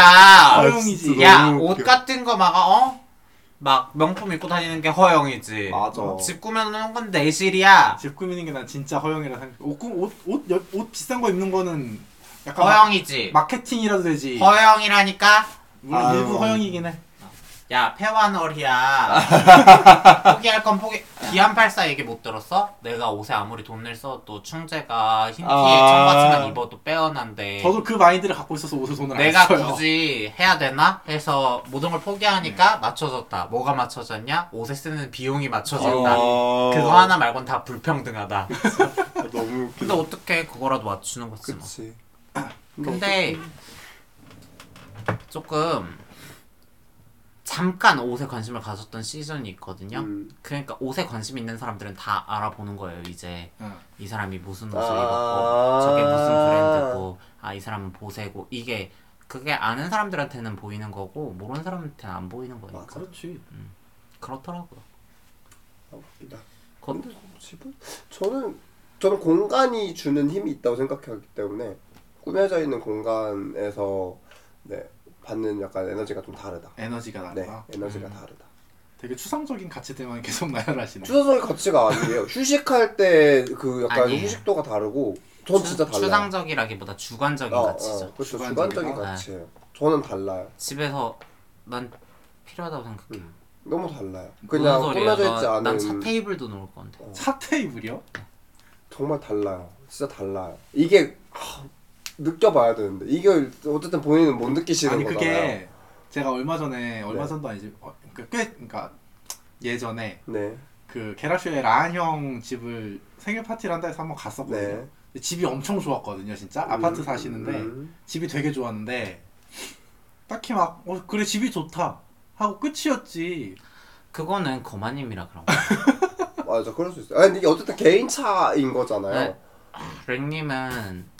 허영이지.
아, 진짜
야
너무
옷
웃겨.
같은 거 막 어? 막 명품 입고 다니는 게 허영이지
맞아.
집 꾸며놓은 건 내실이야
집 꾸미는 게 난 진짜 허영이라 생각. 옷옷옷 옷 비싼 거 입는 거는 약간 막-
허영이지
마케팅이라도 되지.
허영이라니까
물론
아유.
일부 허영이긴 해.
야
<laughs>
폐완얼이야 포기할 건 포기 기안84 얘기 못 들었어? 내가 옷에 아무리 돈을 써도 충재가 흰 티에
아.
청바지만 입어도 빼어난데
저도 그 마인드를 갖고 있어서 옷을 돈을
예. 내가
안 써요.
굳이 해야 되나 해서 모든 걸
네.
포기하니까 맞춰졌다 뭐가 맞춰졌냐? 옷에 쓰는 비용이 맞춰졌다
어.
그거 하나 말곤 다 불평등하다
너무
근데
웃겨.
어떻게 그거라도 맞추는 거지 뭐
그치.
근데 조금 잠깐 옷에 관심을 가졌던 시즌이 있거든요.
음.
그러니까 옷에 관심 있는 사람들은 다 알아보는 거예요. 이제
응.
이 사람이 무슨 옷을
아.
입었고 저게 무슨 브랜드고 아 이 사람은 보세고 이게 그게 아는 사람들한테는 보이는 거고 모르는 사람한테는 안 보이는 거니까
맞아.
그렇지.
그렇더라고요.
아, 웃기다.
그,
근데 집은 저는 저는 공간이 주는 힘이 있다고 생각하기 때문에 꾸며져 있는 공간에서 네 받는 약간 에너지가 좀 다르다.
에너지가
네
아,
나다.
음.
에너지가 다르다.
되게 추상적인 가치들만 계속 <laughs> 나열하시네.
추상적인 가치가 아니에요. 휴식할 때 그 약간
아니에요.
휴식도가 다르고 전
추-
진짜 달라요.
추상적이라기보다 주관적인 가치죠.
그렇죠.
주관적이다.
주관적인 가치예요. 저는 달라요.
집에서 난 필요하다고 생각해. 요
너무 달라요. 그냥
무슨 소리야?
꾸며져 있지
난-
않은
난차 테이블도 놓을 건데.
차 테이블이요?
정말 달라요. 진짜 달라요. 이게 하, 느껴봐야 되는데 이게 어쨌든 본인은 못 느끼시는
아니
거잖아요.
그게 제가 얼마 전에 얼마
네.
전도 아니지 어, 그꽤 그러니까 예전에
네.
그 게라쇼의 라한 형 집을 생일 파티를 한다 해서 한번 갔었거든요.
네.
근데 집이 엄청 좋았거든요, 진짜. 아파트 사시는데
음.
집이 되게 좋았는데 딱히 막 어, 그래 집이 좋다 하고 끝이었지.
그거는 거마님이라 그런 거.
<laughs> 맞아 그럴 수 있어요. 아니 근데 이게 어쨌든 개인 차인 거잖아요.
네. 랭님은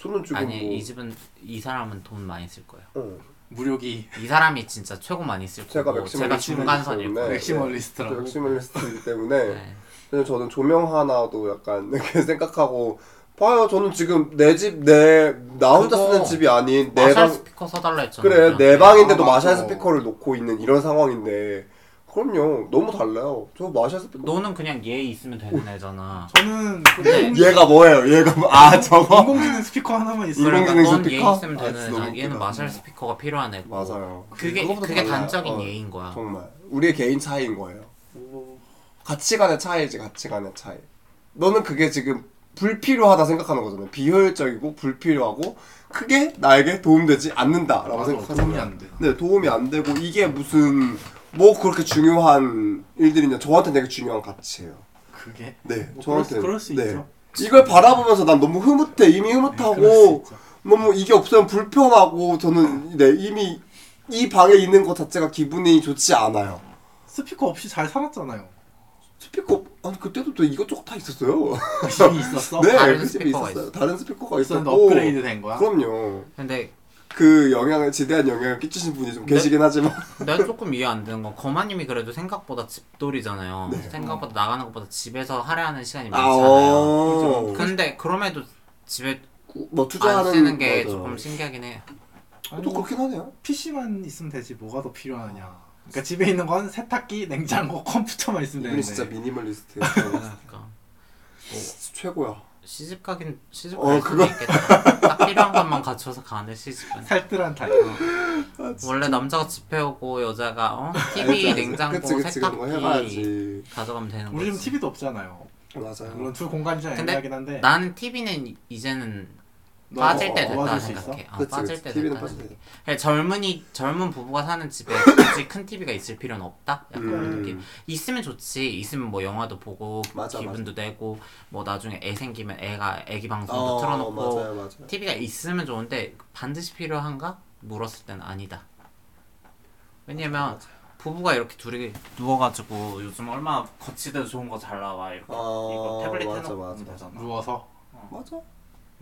저는 지금
아니
뭐
이 집은 이 사람은 돈 많이 쓸 거예요.
어,
무력이
이 사람이 진짜 최고 많이 쓸
제가
거고
맥시멀
제가
리스트는
중간선일
네,
거예요.
맥시멀리스트라고.
맥시멀리스트이기 때문에
네.
그래서 저는 조명 하나도 약간 <laughs> 이렇게 생각하고 봐요. 저는 지금 내 집 내 나 혼자
그거
쓰는 집이 아닌 내
마샬
방
스피커 사달라
그래
했잖아요.
내
아,
방인데도
맞아.
마샬 스피커를 놓고 있는 이런 상황인데 그럼요 너무 달라요. 저 마샬 스피커
너는 그냥 얘 있으면 되는
뭐,
애잖아.
저는 그 인공지능-
얘가 뭐예요? 얘가 뭐, 아 저거
인공지능 스피커 하나만 있어요.
인공지능
그러니까 넌얘
스피커?
있으면
아,
되는
진짜
애잖아.
너무
얘는
웃기다.
마샬 스피커가 필요한 애고.
맞아요.
그게
그거보다
그게
달라요.
단적인
어,
예인 거야.
정말 우리의 개인 차이인 거예요.
오,
가치관의 차이지 가치관의 차이. 너는 그게 지금 불필요하다 생각하는 거잖아요. 비효율적이고 불필요하고 크게 나에게 도움되지 않는다라고
맞아,
생각하는
도움이
거예요.
안 돼.
네, 도움이 안 되고 이게 무슨 뭐 그렇게 중요한 일들이냐. 저한테 되게 중요한 가치예요.
그게
네,
뭐 그럴 수-
저한테
그럴 수
네.
있죠.
이걸 바라보면서 난 너무 흐뭇해. 이미
네, 그럴 수
흐뭇하고
있죠.
너무 뭐, 이게 없으면 불편하고 저는 네 이미 이 방에 있는 것 자체가 기분이 좋지 않아요.
스피커 없이 잘 살았잖아요.
스피커 아니 그때도 또 이것저것 다 있었어요. <laughs>
집이 있었어.
네,
다른
그 집이
스피커가
있었어요. 다른 스피커가
있었는데
있었고
업그레이드 된 거야.
그럼요.
근데
그 영향을 지대한 영향을 끼치신 분이
네?
좀 계시긴 하지만
내가 조금 이해 안 되는 건 거마님이 그래도 생각보다 집돌이잖아요.
네.
생각보다 나가는 것보다 집에서 할애하는 시간이 많잖아요.
아뭐
근데 네, 그럼에도 집에
어. 뭐, 투자하는
안 쓰는 게
맞아.
조금 신기하긴 해요.
아니, 뭐
또 그렇긴 하네요.
PC만 있으면 되지 뭐가 더 필요하냐. 그러니까 집에 있는 건 세탁기, 냉장고, <laughs> 컴퓨터만
네,
있으면
이분이
되는데.
진짜
<laughs>
미니멀리스트
그러니까
최고야.
시집 가긴 시집
어,
갈 수도
그거-
있겠다. 딱 필요한 것만 갖춰서 가는 시집은.
살뜰한 타입.
원래 남자가 집에 오고 여자가 어? TV, 냉장고,
아, 그치, 그치, 그런 거
세탁기
해봐야지.
가져가면 되는
우리
거지.
집 TV도 없잖아요.
맞아요.
물론 두 공간이 좀
근데
애매하긴 한데.
나는 TV는 이제는
너
빠질 때
도
됐다
와줄 수 있어?
생각해. 어,
그치,
빠질
그치.
때
TV는
됐다
빠질 때
생각해. 그냥 젊은이 젊은 부부가 사는 집에 굳이 큰 TV가 있을 필요는 없다. 약간 그런
음.
느낌. 있으면 좋지. 있으면 뭐 영화도 보고
맞아,
기분도 내고 뭐 나중에 애 생기면 애가 애기 방송도
어,
틀어놓고
맞아요, 맞아요.
TV가 있으면 좋은데 반드시 필요한가 물었을 때는 아니다. 왜냐면 부부가 이렇게 둘이 누워가지고 요즘 얼마나 거치대도 좋은 거 잘 나와 이렇게
어,
이거 태블릿
맞아,
해놓고
맞아.
보면 되잖아.
누워서.
맞아.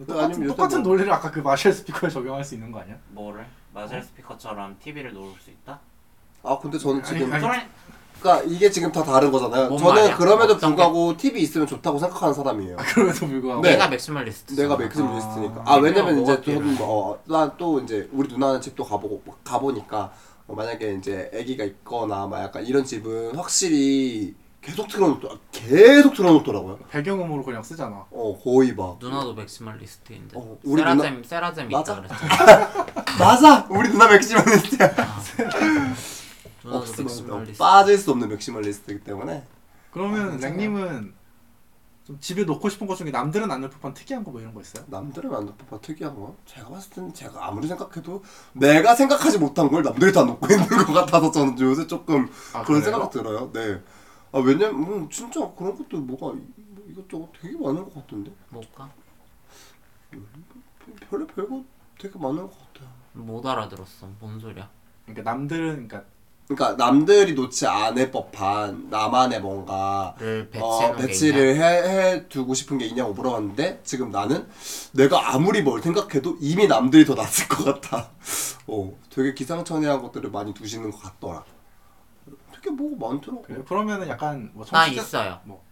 아니면
똑같은,
요새
똑같은
뭐-
논리를 아까 그 마셜 스피커에 적용할 수 있는 거 아니야? <laughs>
뭐를 마젤
어?
스피커처럼 TV를 놓을 수 있다?
아 근데 저는 지금
아니,
소리
그러니까 이게 지금 다 다른 거잖아요.
뭔
저는
말이야?
그럼에도
어떤
불구하고 TV 있으면 좋다고 생각하는 사람이에요.
그럼에도 불구하고.
네.
내가 맥시멀리스트.
내가 맥심
아.
리스트니까. 아 왜냐면 이제
그래요,
저는 어난또 이제 우리 누나는 집도 가보고 가보니까 어, 만약에 이제 아기가 있거나 막 약간 이런 집은 확실히 계속 틀어놓더 계속 틀어놓더라고요.
배경음으로 그냥 쓰잖아.
어 거의 막
누나도 맥시멀리스트인데.
어, 우리 누나-
세라잼 세라잼 있다
맞아.
그랬잖아.
<laughs> 맞아 우리 누나 맥시멀리스트야.
누나도
없으면
맥시멀리스트.
빠질 수 없는 맥시멀리스트이기 때문에
그러면
아, 괜찮아요.
랭님은 좀 집에 놓고 싶은 것 중에 남들은 안 놓을 법한 특이한 거 뭐 이런 거 있어요?
남들은 안 놓고 봐 특이한 거 제가 봤을 때는 제가 아무리 생각해도 내가 생각하지 못한 걸 남들이 다 놓고 <laughs> 있는 것 같아서 저는 요새 조금
아,
그런
그래요?
생각이 들어요 네 아, 왜냐면 음, 진짜 그런 것도 뭐가 이- 뭐 이것저것 되게 많은 것 같은데
뭘까?
별의 별거 되게 많은 것 같아요
못 알아들었어. 뭔 소리야?
그러니까 남들은 그러니까
그러니까 남들이 놓지 않을 법한 나만의 뭔가
를 배치해
어,
놓은 게
배치를 해, 해 두고 싶은 게 있냐고 물어봤는데 지금 나는 내가 아무리 뭘 생각해도 이미 남들이 더 낫을 것 같아. 어, 되게 기상천외한 것들을 많이 두시는 것 같더라. 되게 뭐가 많더라고.
그래요? 그러면은 약간 뭐 청취자-
나 아, 있어요.
뭐 뭐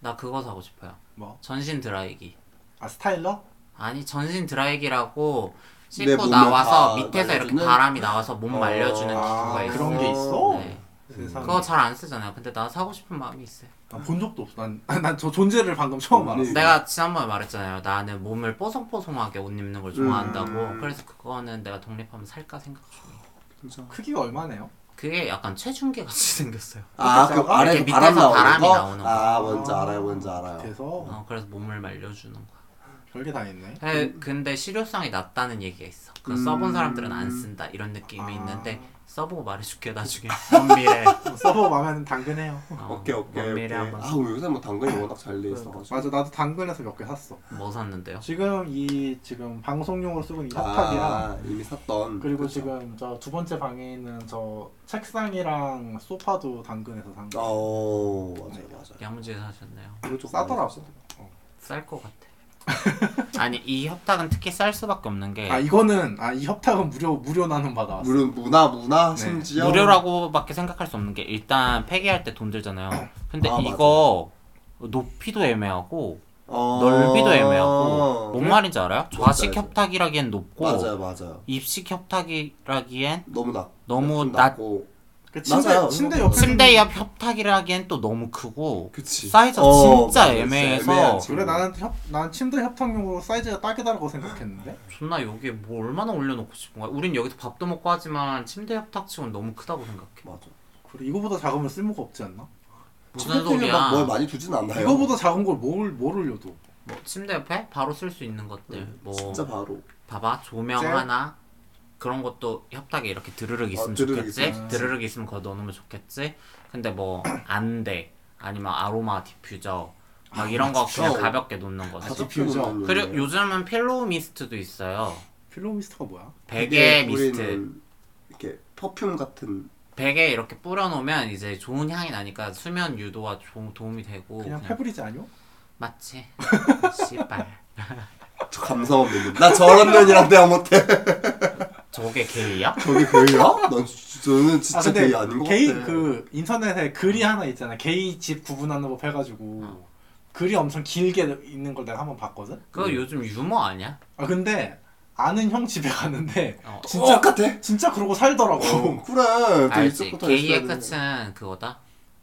나 그거 사고 싶어요. 전신 드라이기.
아, 스타일러?
아니 전신 드라이기라고
내
씻고
네, 몸을
나와서
다
밑에서 이렇게
말려주는?
바람이 나와서 몸
어,
말려주는
아,
기구가 네, 있어.
그런 게 있어?
네.
세상에.
그거 잘 안 쓰잖아요. 근데 나 사고 싶은 마음이 있어요.
난 본 적도 없어. 난난 <laughs> 저 존재를 방금 처음
아니,
알았어.
내가 지난번에 말했잖아요. 나는 몸을 뽀송뽀송하게 옷 입는 걸 좋아한다고.
음.
그래서 그거는 내가 독립하면 살까 생각 중이에요.
괜찮아.
크기가 얼마네요?
그게 약간 체중계 같이 <laughs> 생겼어요.
아, 그
이렇게
아래
밑에서
바람 나오는
바람이
거?
나오는 거.
아, 뭔지 알아요, 뭔지 알아요.
그래서
어, 그래서 몸을 말려주는 거야.
별게 다 있네.
음.
에, 근데 실효성이 낮다는 얘기가 있어. 그 써본 사람들은 안 쓴다 이런 느낌이
아.
있는데 써보고 말해줄게 나중에. <laughs> 먼 미래.
뭐 서버 마음에는 당근해요.
어,
<laughs> 오케이, 오케이,
먼
오케이.
미래 한번 그렇죠.
아, 요새 뭐 당근이 워낙 잘 돼 있어가지고.
맞아, 나도 당근에서 몇 개 샀어.
뭐 샀는데요?
지금 이 지금 방송용으로 쓰고 있는 이 협탁이랑
아, 이미 샀던.
그리고
그쵸.
지금 저 두 번째 방에 있는 저 책상이랑 소파도 당근에서 산 거.
어, 맞아요, 맞아요.
야무지게 사셨네요.
이거 좀
싸더라고.
쌀 것 같아. <laughs> 아니 이 협탁은 특히 쌀 수밖에 없는 게
아 이거는 아 이 협탁은 무료 무료 나눔 받아왔어.
무료 문화 문화
네.
심지어
무료라고밖에 생각할 수 없는 게 일단 폐기할 때 돈 <clears throat> 들잖아요. 근데
아, 맞아.
이거 높이도 애매하고
어...
넓이도 애매하고 뭔
그래?
말인지 알아요? 좌식
알죠.
협탁이라기엔 높고
맞아요 맞아요
입식 협탁이라기엔
너무 낮
너무
좀
낮-
낮고
그 침대
맞아요.
침대 옆에
침대 옆 협탁이라기엔 또 너무 크고
그치
사이즈가
어,
진짜
맞아,
애매해서
애매한
그래 나는 협, 난 침대 협탁용으로 사이즈가 딱이다라고 생각했는데
존나 여기에 뭐 얼마나 올려놓고 싶은 거야? 우린 여기서 밥도 먹고 하지만 침대 협탁치고는 너무 크다고 생각해.
맞아
그래 이거보다 작으면 쓸모가 없지 않나?
무슨
침대 필요가
소리야?
뭘 많이 두진 않나요
이거보다 작은 걸 뭘 뭘 올려도
뭐 침대 옆에 바로 쓸 수 있는 것들 뭐
음, 진짜 바로
봐봐 조명
젤?
하나 그런 것도 협탁에 이렇게 드르륵 있으면
드르륵
좋겠지
있으면 좋지.
드르륵 있으면 그거 넣어놓으면 좋겠지 근데 뭐 안대 아니면 아로마 디퓨저 막 이런 거 그냥
디퓨저.
가볍게 놓는 거지
아, 디퓨저.
그리고 요즘은 필로우 미스트도 있어요
필로미스트가 뭐야?
베개 미스트
이렇게 퍼퓸 같은
베개에 이렇게 뿌려놓으면 이제 좋은 향이 나니까 수면 유도와 조, 도움이 되고
그냥
그냥
페브리즈 아니요?
맞지 <laughs> 씨발
저 감성은 있는. 나 저런 년이랑 대화 못해.
저게 게이야?
저게 게이야? 난 진- 저는 진짜
아 근데
게이 아닌 것
개인
같아.
그 인터넷에 글이 하나 있잖아. 개인 집 구분하는 법 해가지고
어.
글이 엄청 길게 있는 걸 내가 한번 봤거든.
그거 요즘 유머 아니야?
아 근데 아는 형 집에 갔는데
어.
진짜
똑같아.
진짜 그러고 살더라고.
어, 그래. 또
알지
일찍부터
게이의
있어야 돼.
끝은 그거다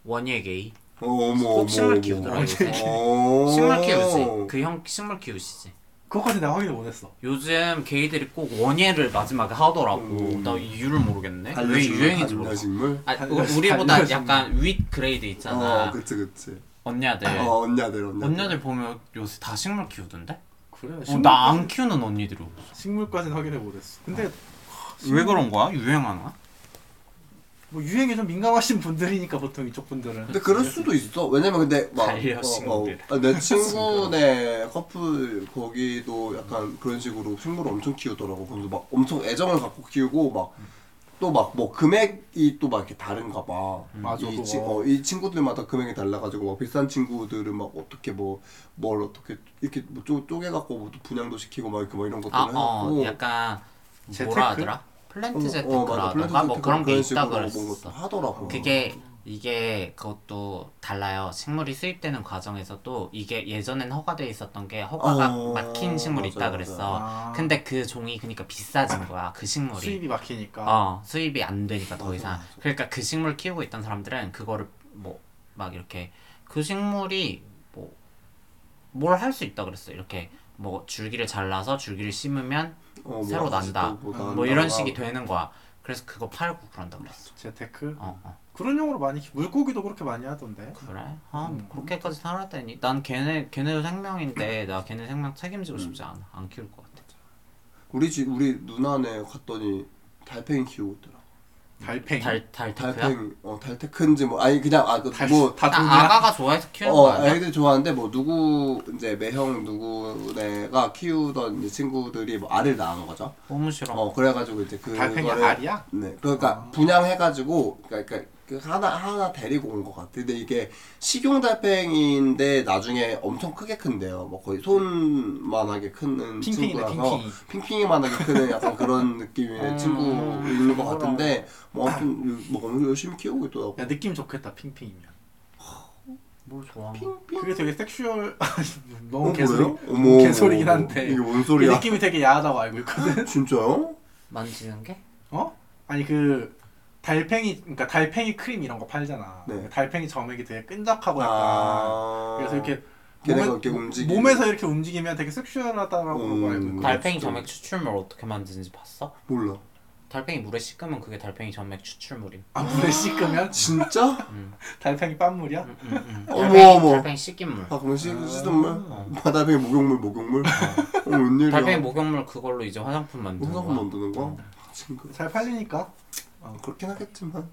원예 게이
어머 어머.
꼭 식물
어머. 아,
키우더라
어머.
요새
어.
식물 키우지 그 형 식물 키우시지
그것까지 내가 확인을 못했어.
요즘 게이들이 꼭 원예를 마지막에 하더라고
음.
나 이유를 모르겠네 아, 왜
반려식물,
유행인지 모르겠어
반려식물?
아,
반-
우리보다
반려식물.
약간 윗 그레이드 있잖아
어, 그치 그치.
언니들
어, 언니들 언니들.
언니들 보면 요새 다 식물 키우던데?
그래.
어, 나 안 키우는 언니들이 없어
식물까지는 확인을 못했어. 근데
왜 그런 거야? 유행하나?
뭐 유행에 좀 민감하신 분들이니까 보통 이쪽 분들은.
근데 그럴 수도 있어. 왜냐면 근데 막
반려식물.
어, 어,
<laughs>
내 친구네 커플 거기도 약간 그런 식으로 식물을 엄청 키우더라고. 그래서 막 엄청 애정을 갖고 키우고 막. 또 막 뭐 금액이 또 막 이렇게 다른가 봐.
음.
맞아,
이,
그거.
친- 어, 이 친구들마다 금액이 달라가지고 막 비싼 친구들은 막 어떻게 뭐 뭘 어떻게 이렇게 뭐 쪼, 쪼개갖고 뭐또 분양도 시키고 막 이렇게 뭐 이런 것들
아, 어, 약간
재테크?
뭐라 하더라?
어,
플랜트 재테크라던가
플랜트
뭐 그런 게 있다
식으로 뭔가
그랬었어
하더라고.
그게 이게 그것도 달라요. 식물이 수입되는 과정에서도 이게 예전엔 허가돼 있었던 게 허가가
어,
막힌 식물이
맞아,
있다 그랬어.
맞아. 아.
근데 그 종이 그러니까
아,
비싸진 거야. 그 식물이.
수입이 막히니까.
어, 수입이 안 되니까 더
맞아,
이상.
맞아.
그러니까 그 식물 키우고 있던 사람들은 그거를 뭐 막 이렇게 그 식물이 뭐 뭘 할 수 있다 그랬어. 이렇게 뭐 줄기를 잘라서 줄기를 심으면
어, 뭐
새로 난다.
아직도
뭐
뭐 이런
난다가
식이 되는 거야. 그래서 그거 팔고 그런다 그랬어.
재테크
어, 어.
그런 용으로 많이 키- 물고기도 그렇게 많이 하던데.
그래? 아,
음.
그렇게까지 살았다니. 난 걔네 걔네도 생명인데 나 걔네 생명 책임지고 싶지 않아. 안 키울 것 같아.
우리 집 우리 누나네 갔더니 달팽이 키우고 있더라.
달팽이.
달 달테크야?
음. 달팽이 어 달팽 큰지 뭐 아니 그냥
달-
아뭐
다
아,
동이야?
아가가 좋아해서 키우는
어,
거야.
애들 좋아하는데 뭐 누구 이제 매형 누구네가 키우던 이제 친구들이 뭐 알을 낳은 거죠.
너무 싫어.
어 그래가지고 이제 그
달팽이
거를-
알이야?
네 그러니까
아.
분양해가지고 그러니까, 그그 하나 하나 데리고 온 것 같아. 근데 이게 식용 달팽이인데 나중에 엄청 크게 큰대요. 뭐 거의 손만하게 큰
핑핑이네,
그 친구라서
핑핑이.
핑핑이만하게 크는 약간 그런 느낌의
아,
음.
친구인 것 같은데 뭐 아무튼 뭐 엄청 열심히 키우고 있더라고.
야 느낌 좋겠다 핑핑이면.
뭘 좋아?
그게 되게 섹슈얼 <laughs>
어,
너무 개소리
그래요?
너무 개소리긴 한데
이게 뭔
그
소리야?
느낌이 되게 야하다고 알고 있거든.
<laughs> 진짜요?
만지는 게?
어? 아니 그 달팽이 그러니까 달팽이 크림 이런 거 팔잖아.
네. 아.
달팽이 점액이 되게 끈적하고 약간 그래서 이렇게
걔네가 이렇게 움직이-
몸에서 이렇게 움직이면 되게 섹슈얼하다라고
음.
알고 있고.
달-
달팽이 점액 추출물 어떻게 만드는지 봤어?
몰라.
달팽이 물에 씻으면 그게 달팽이 점액 추출물임.
아 물에 씻으면
진짜?
음,
달팽이 빤물이야?
음, 음, 음.
어머,
달팽이,
어머.
달팽이 씻긴 물.
아 그러면 시 시든물? 바다팽이 목욕물 목욕물?
아.
어 웬일이야?
달팽이 목욕물 그걸로 이제 화장품 만드는
화장품
거야.
만드는 거? 친구.
음.
아,
잘 팔리니까.
그렇긴 하겠지만.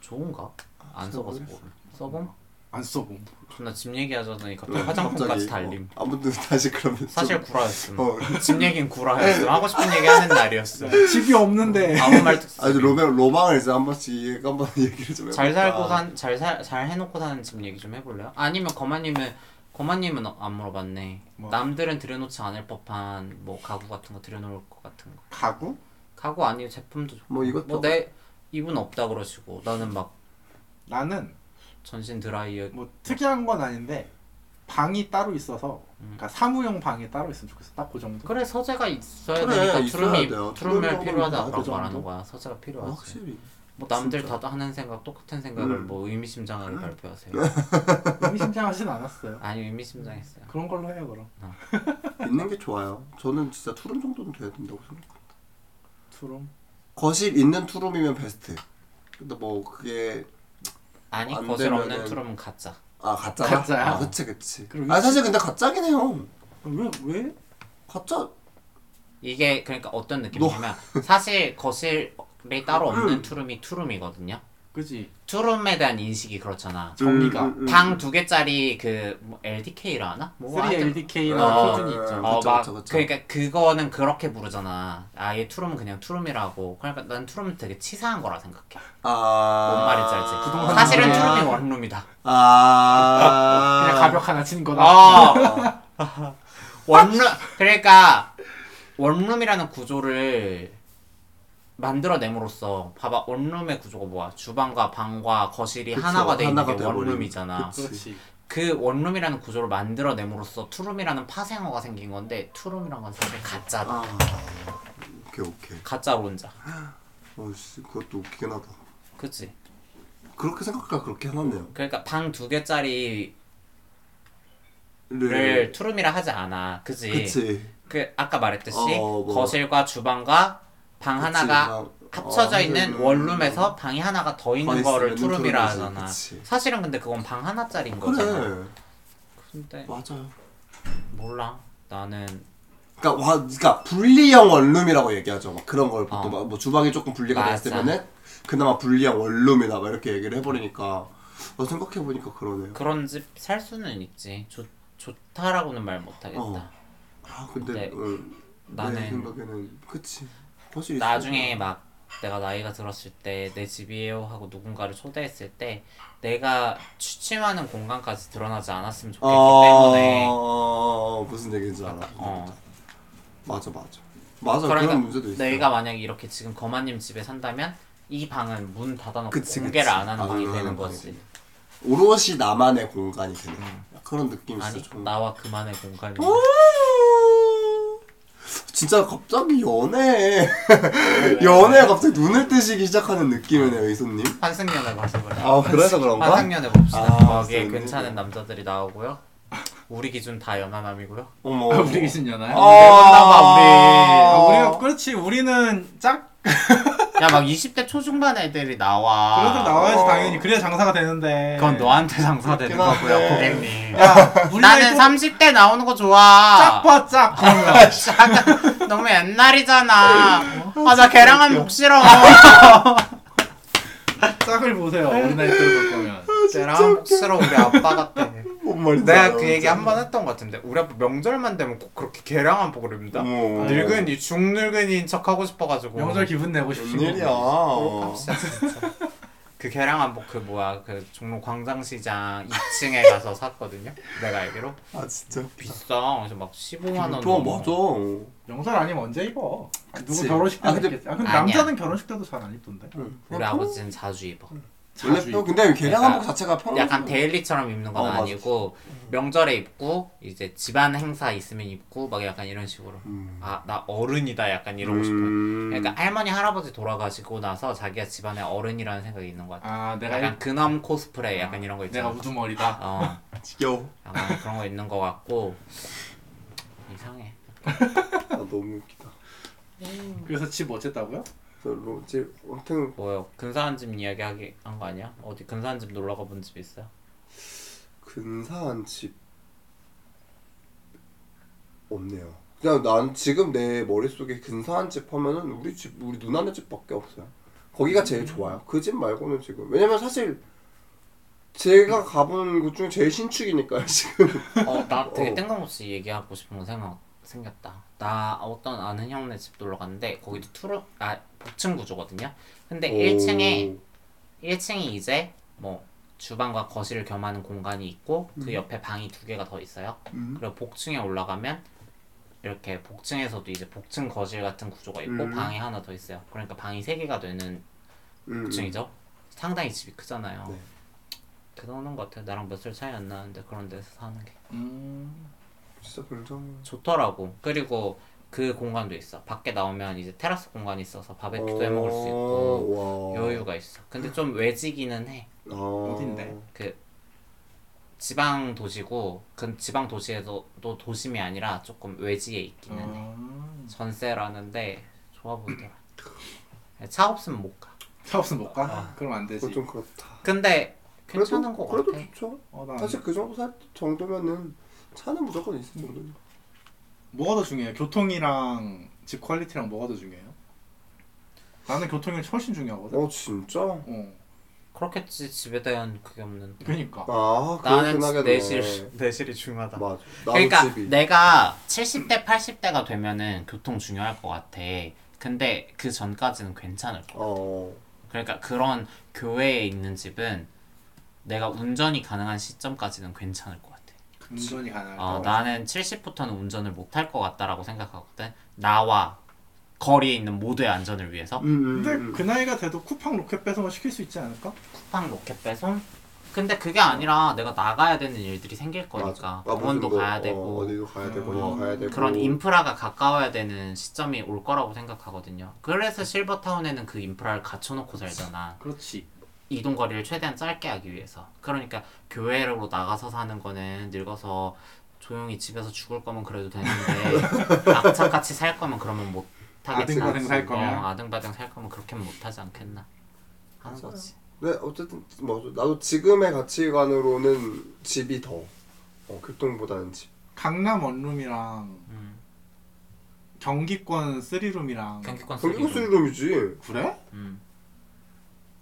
좋은가? 안
진짜
써봐서 모르. 써봄?
안 써봄.
존나 집 얘기하자더니 갑자기 화장품까지
음, 갑자기,
달림.
어, 아무튼 다시 그러면 좀-
사실 구라였음.
어.
집 얘긴 구라였음. 하고 싶은 얘기 하는 날이었음.
집이 없는데.
아무 말도
아
음.
이제 로망 로망을 이제 한 번씩 한번 얘기를 좀 해볼까.
잘 살고 산잘살잘 해놓고 사는 집 얘기 좀 해볼래요? 아니면 거마님은 거마님은 안 물어봤네.
뭐?
남들은 들여놓지 않을 법한 뭐 가구 같은 거 들여놓을 것 같은 거.
가구?
가구 아니면 제품도 좋고.
뭐 이것도-
뭐내 입은 없다 그러시고 나는 막
나는
전신 드라이어.
뭐 특이한 건 아닌데 방이 따로 있어서 그러니까 사무용 방이 따로 있으면 좋겠어. 딱 그 정도.
그래 서재가 있어야
그래,
되니까
있어야
투룸이
돼요.
투룸을
투룸이
필요하다라고
그
말하는
정도?
거야. 서재가
어,
필요하지.
확실히.
뭐 남들
진짜.
다 하는 생각 똑같은 생각을
음.
뭐 의미심장하게
<laughs>
발표하세요.
의심장하진 않았어요.
아니 의미심장했어요.
그런 걸로 해요 그럼.
있는 게 좋아요. 저는 진짜 투룸 정도는 돼야 된다고 생각.
투룸.
거실 있는 투룸이면 베스트. 근데 뭐 그게
아니
안
거실 없는
되면은-
투룸은 가짜.
아 가짜야?
가짜야.
아, 그치 그치.
그럼
아
위치-
사실 근데 가짜긴 해요.
왜 왜?
가짜.
이게 그러니까 어떤 느낌이냐면 <laughs> 사실 거실이 따로
음.
없는 투룸이 투룸이거든요.
그지
투룸에 대한 인식이 그렇잖아.
정리가
음, 음, 음.
방 두 개짜리 그 뭐, LDK라 하나? 뭐
3LDK나
어.
표준이 있죠.
어.
어
그쵸,
막
그쵸, 그쵸.
그러니까 그거는 그렇게 부르잖아. 아예 투룸은 그냥 투룸이라고. 그러니까 난 투룸은 되게 치사한 거라 생각해.
아.
뭔 말인지 알지?
부동산
사실은
음.
투룸이야.
투룸이 원룸이다.
아.
그냥 가벽 하나 치는 거다.
어. 원룸 그러니까 원룸이라는 구조를 만들어냄으로써 봐봐 원룸의 구조가 뭐야? 주방과 방과 거실이
그쵸,
하나가 돼 있는
하나가
게
돼버린.
원룸이잖아.
그치.
그렇지. <laughs>
그 원룸이라는 구조를 만들어냄으로써 투룸이라는 파생어가 생긴 건데 투룸이란 건 사실 가짜다.
아. 오케이 오케이.
가짜 론자.
어씨 그것도 웃기긴 하다.
그치?
그렇게 생각하니까 그렇게 해놨네요.
그러니까 방 두 개짜리를
네.
투룸이라 하지 않아. 그치?
그치.
그 아까 말했듯이
어, 뭐.
거실과 주방과 방
그치,
하나가
방-
합쳐져
어,
있는
음.
원룸에서 방이 하나가 더 있는
있으면
거를 투룸이라
투룸이지,
하잖아.
그치.
사실은 근데 그건 방 하나짜리인 거잖아.
그래.
근데
맞아요.
몰라. 나는
그러니까 와, 그러니까 분리형 원룸이라고 얘기하죠. 막 그런 걸 보통
어.
막뭐 주방이 조금 분리가
맞아.
됐으면은 그나마 분리형 원룸이다 막 이렇게 얘기를 해버리니까 어, 생각해 보니까 그러네요.
그런 집 살 수는 있지. 좋 좋다라고는 말 못하겠다.
어. 아 근데
네.
응, 내
나는
생각에는 그치. 할수 있어.
나중에 막 내가 나이가 들었을 때 내 집이에요 하고 누군가를 초대했을 때 내가 취침하는 공간까지 드러나지 않았으면 좋겠기 때문에
어, 무슨 얘기인지 알아.
어.
맞아 맞아. 맞아 그런
그러니까
문제도 있어.
내가 만약에 이렇게 지금 거마님 집에 산다면 이 방은 문 닫아놓고
그치,
공개를
그치. 아,
안 하는
안
방이
하는
되는
방이
거지.
오롯이 나만의 공간이 되는 그런 느낌이
음. 아니
진짜 좋은.
나와 그만의 공간이.
오! 진짜 갑자기 연애 <laughs> 연애 갑자기 눈을 뜨시기 시작하는 느낌이네요 이손님
환승연애 봐서 그래.
아 그래서 그런가?
환승연애 봅시다.
아,
거기에
환승연애.
괜찮은 남자들이 나오고요. 우리 기준 다 연하남이고요.
어머
아, 우리 기준 연하야?
아,
아,
어.
우리가 그렇지 우리는 짝
야 막 20대 초중반 애들이 나와. 네.
그래도 나와야지
어.
당연히 그래야 장사가 되는데.
아. 그건 너한테 장사되는
그렇긴
거고요,
한데.
고객님.
야, 우리
나는 30대 나오는 거 좋아.
짝봐 짝. 그러면.
<laughs> 짝. 너무 옛날이잖아. 아, 나 계량한 목 싫어.
짝을 보세요. 우리 나이 때볼 거면.
계량한 목 싫어. 우리 아빠 같대.
뭔 말인지
<laughs> 내가
알아요,
그 얘기
진짜.
한 번 했던 것 같은데 우리 아빠 명절만 되면 꼭 그렇게 계량한 복을 입는다.
어머
아, 늙은이 중늙은이인 척 하고 싶어가지고
명절 기분 내고 싶은
웬일이야
깜짝이야, 진짜. 그 계량한 복그 뭐야 그 종로 광장시장 2층에 가서 샀거든요. <laughs> 내가 알기로
아 진짜
비싸. 그래서 막 15만 원.
또 음, 맞아
명절 아니면 언제 입어?
그치.
누구 결혼식 때도
아, 근데-
있겠지. 아 근데
아니야.
남자는 결혼식 때도 잘 안 입던데.
우리 아버지는 자주 입어.
음,
자주
원래
입고.
또 근데 계량 한복
약간-
자체가 편해
약간 데일리처럼 입는 건
어, 맞아.
아니고 명절에 입고 이제 집안 행사 있으면 입고 막 약간 이런 식으로
음.
아 나 어른이다 약간 이러고 싶어. 그러니까 할머니 할아버지 돌아가시고 나서 자기가 집안에 어른이라는 생각이 있는 것 같아.
아 내가
약간
일-
근엄 코스프레 약간 이런 거 있잖아.
내가 우두머리다.
어
지겨워
약간 그런 거 있는 것 같고 이상해.
아 너무 웃기다
그래서 집 어쨌다고요?
별로 집 아무튼
뭐요? 근사한 집 이야기 하기 한 거 아니야? 어디 근사한 집 놀러 가본 집 있어요?
근사한 집 없네요. 그냥 난 지금 내 머릿속에 근사한 집 하면은 우리 집 우리 누나네 집밖에 없어요. 거기가
음.
제일 좋아요. 그 집 말고는 지금 왜냐면 사실 제가 가본 곳 중에 제일 신축이니까요 지금.
어나 되게
어.
뜬금없이 얘기하고 싶은 거 생각 생겼다. 나 어떤 아는 형네 집 놀러 갔는데 거기도 투룸 아 복층 구조거든요. 근데 네, 1층에 1층이 이제 뭐 주방과 거실을 겸하는 공간이 있고 그 옆에 방이 두 개가 더 있어요.
음.
그리고 복층에 올라가면 이렇게 복층에서도 이제 복층 거실 같은 구조가 있고
음.
방이 하나 더 있어요. 그러니까 방이 세 개가 되는
음,
그 복층이죠. 상당히 집이 크잖아요.
네.
대단한 것 같아요. 나랑 몇 살 차이 안 나는데 그런 데서 사는 게.
음.
진짜 굉장히
좋더라고. 그리고 그 공간도 있어. 밖에 나오면 이제 테라스 공간이 있어서 바베큐도 해 먹을 수 있고
어, 와.
여유가 있어. 근데 좀 외지기는 해.
아.
어딘데?
그 지방 도시고 그 지방 도시에도 또 도심이 아니라 조금 외지에
아.
있기는 해.
음.
전세라는데 좋아 보이더라. 네, 차 없으면 못 가. 아.
차 없으면 못 가? 그럼 안 되지.
그건 좀 그렇다.
근데 괜찮은
그래도,
것 같아.
그래도 좋죠.
어, 난
사실 그 정도 살 정도면은 차는 무조건 있을 정도는.
음.
뭐가 더 중요해요? 교통이랑 집 퀄리티랑 뭐가 더 중요해요? 나는 교통이 훨씬 중요하거든.
어 진짜?
어.
그렇겠지 집에 대한 그게 없는데.
그러니까.
아
나는
그렇긴 하겠네.
내실 내실이 중요하다.
맞아. 나도
그러니까
집이.
내가 70대 80대가 되면은 교통 중요할 것 같아. 근데 그 전까지는 괜찮을 거.
어.
그러니까 그런 교외에 있는 집은 내가 운전이 가능한 시점까지는 괜찮을 것 같아.
운전이 가능할
어,
때.
나는 70부터는 운전을 못 할 것 같다라고 생각하거든. 나와 거리에 있는 모두의 안전을 위해서
음, 음,
근데
음.
그 나이가 돼도 쿠팡 로켓 배송을 시킬 수 있지 않을까?
쿠팡 로켓 배송. 근데 그게 아니라 내가 나가야 되는 일들이 생길 거니까
맞아. 아,
병원도
무슨 뭐,
그러니까 가야
어,
되고
어디도 가야 되고
음.
어디도 가야 되고
그런 인프라가 가까워야 되는 시점이 올 거라고 생각하거든요. 그래서 실버타운에는 그 인프라를 갖춰놓고 살잖아.
그렇지.
이동 거리를 최대한 짧게 하기 위해서. 그러니까 교외로 나가서 사는 거는 늙어서 조용히 집에서 죽을 거면 그래도 되는데
<laughs>
악착같이 살 거면 그러면 못 하겠지.
아등바등 살 거면.
어, 아등바등 살 거면 그렇게 못 하지 않겠나 하는
맞아요.
거지.
네 어쨌든 뭐 나도 지금의 가치관으로는 집이 더 어, 교통보다는 집.
강남 원룸이랑
음.
경기권 쓰리룸이랑
경기권
경기도
쓰기.
수리룸이지.
그래?
음.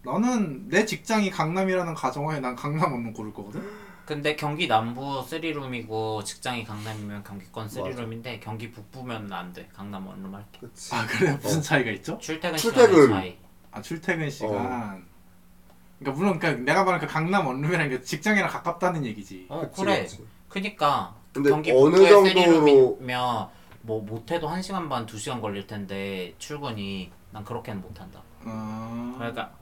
나는 내 직장이 강남이라는 가정하에 난 강남 원룸 고를 거거든.
근데 경기 남부 3룸이고 직장이 강남이면 경기권 3룸인데 경기 북부면 안 돼. 강남 원룸 할게.
그치.
아 그래 무슨 차이가 있죠?
출퇴근,
출퇴근.
시간의 차이.
아 출퇴근 시간. 그러니까 물론 그러니까 내가 말한 그 강남 원룸이라는 게 직장이랑 가깝다는 얘기지.
어
그치,
그래.
그치.
그니까
근데
경기
어느
북부에
정도로-
3룸이면 뭐 못해도 1시간 반, 2시간 걸릴 텐데 출근이 난 그렇게는 못한다.
음.
그러니까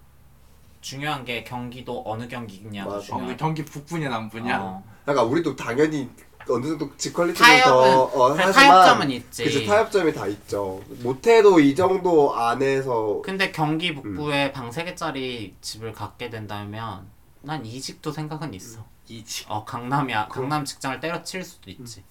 중요한 게 경기도 어느 경기냐가
맞아.
어, 근데
중요해.
경기 북부냐 남부냐?
어.
약간 우리도 당연히 어느 정도 직퀄리티는 더
타협은
어,
그래,
하지만
타협점은 있지.
그치 타협점이 다 있죠. 못해도 이 정도 안에서
근데
음.
경기 북부에 방 3개짜리 집을 갖게 된다면 난 이직도 생각은 있어.
이지.
어 강남이야 강남 직장을 때려칠 수도 있지.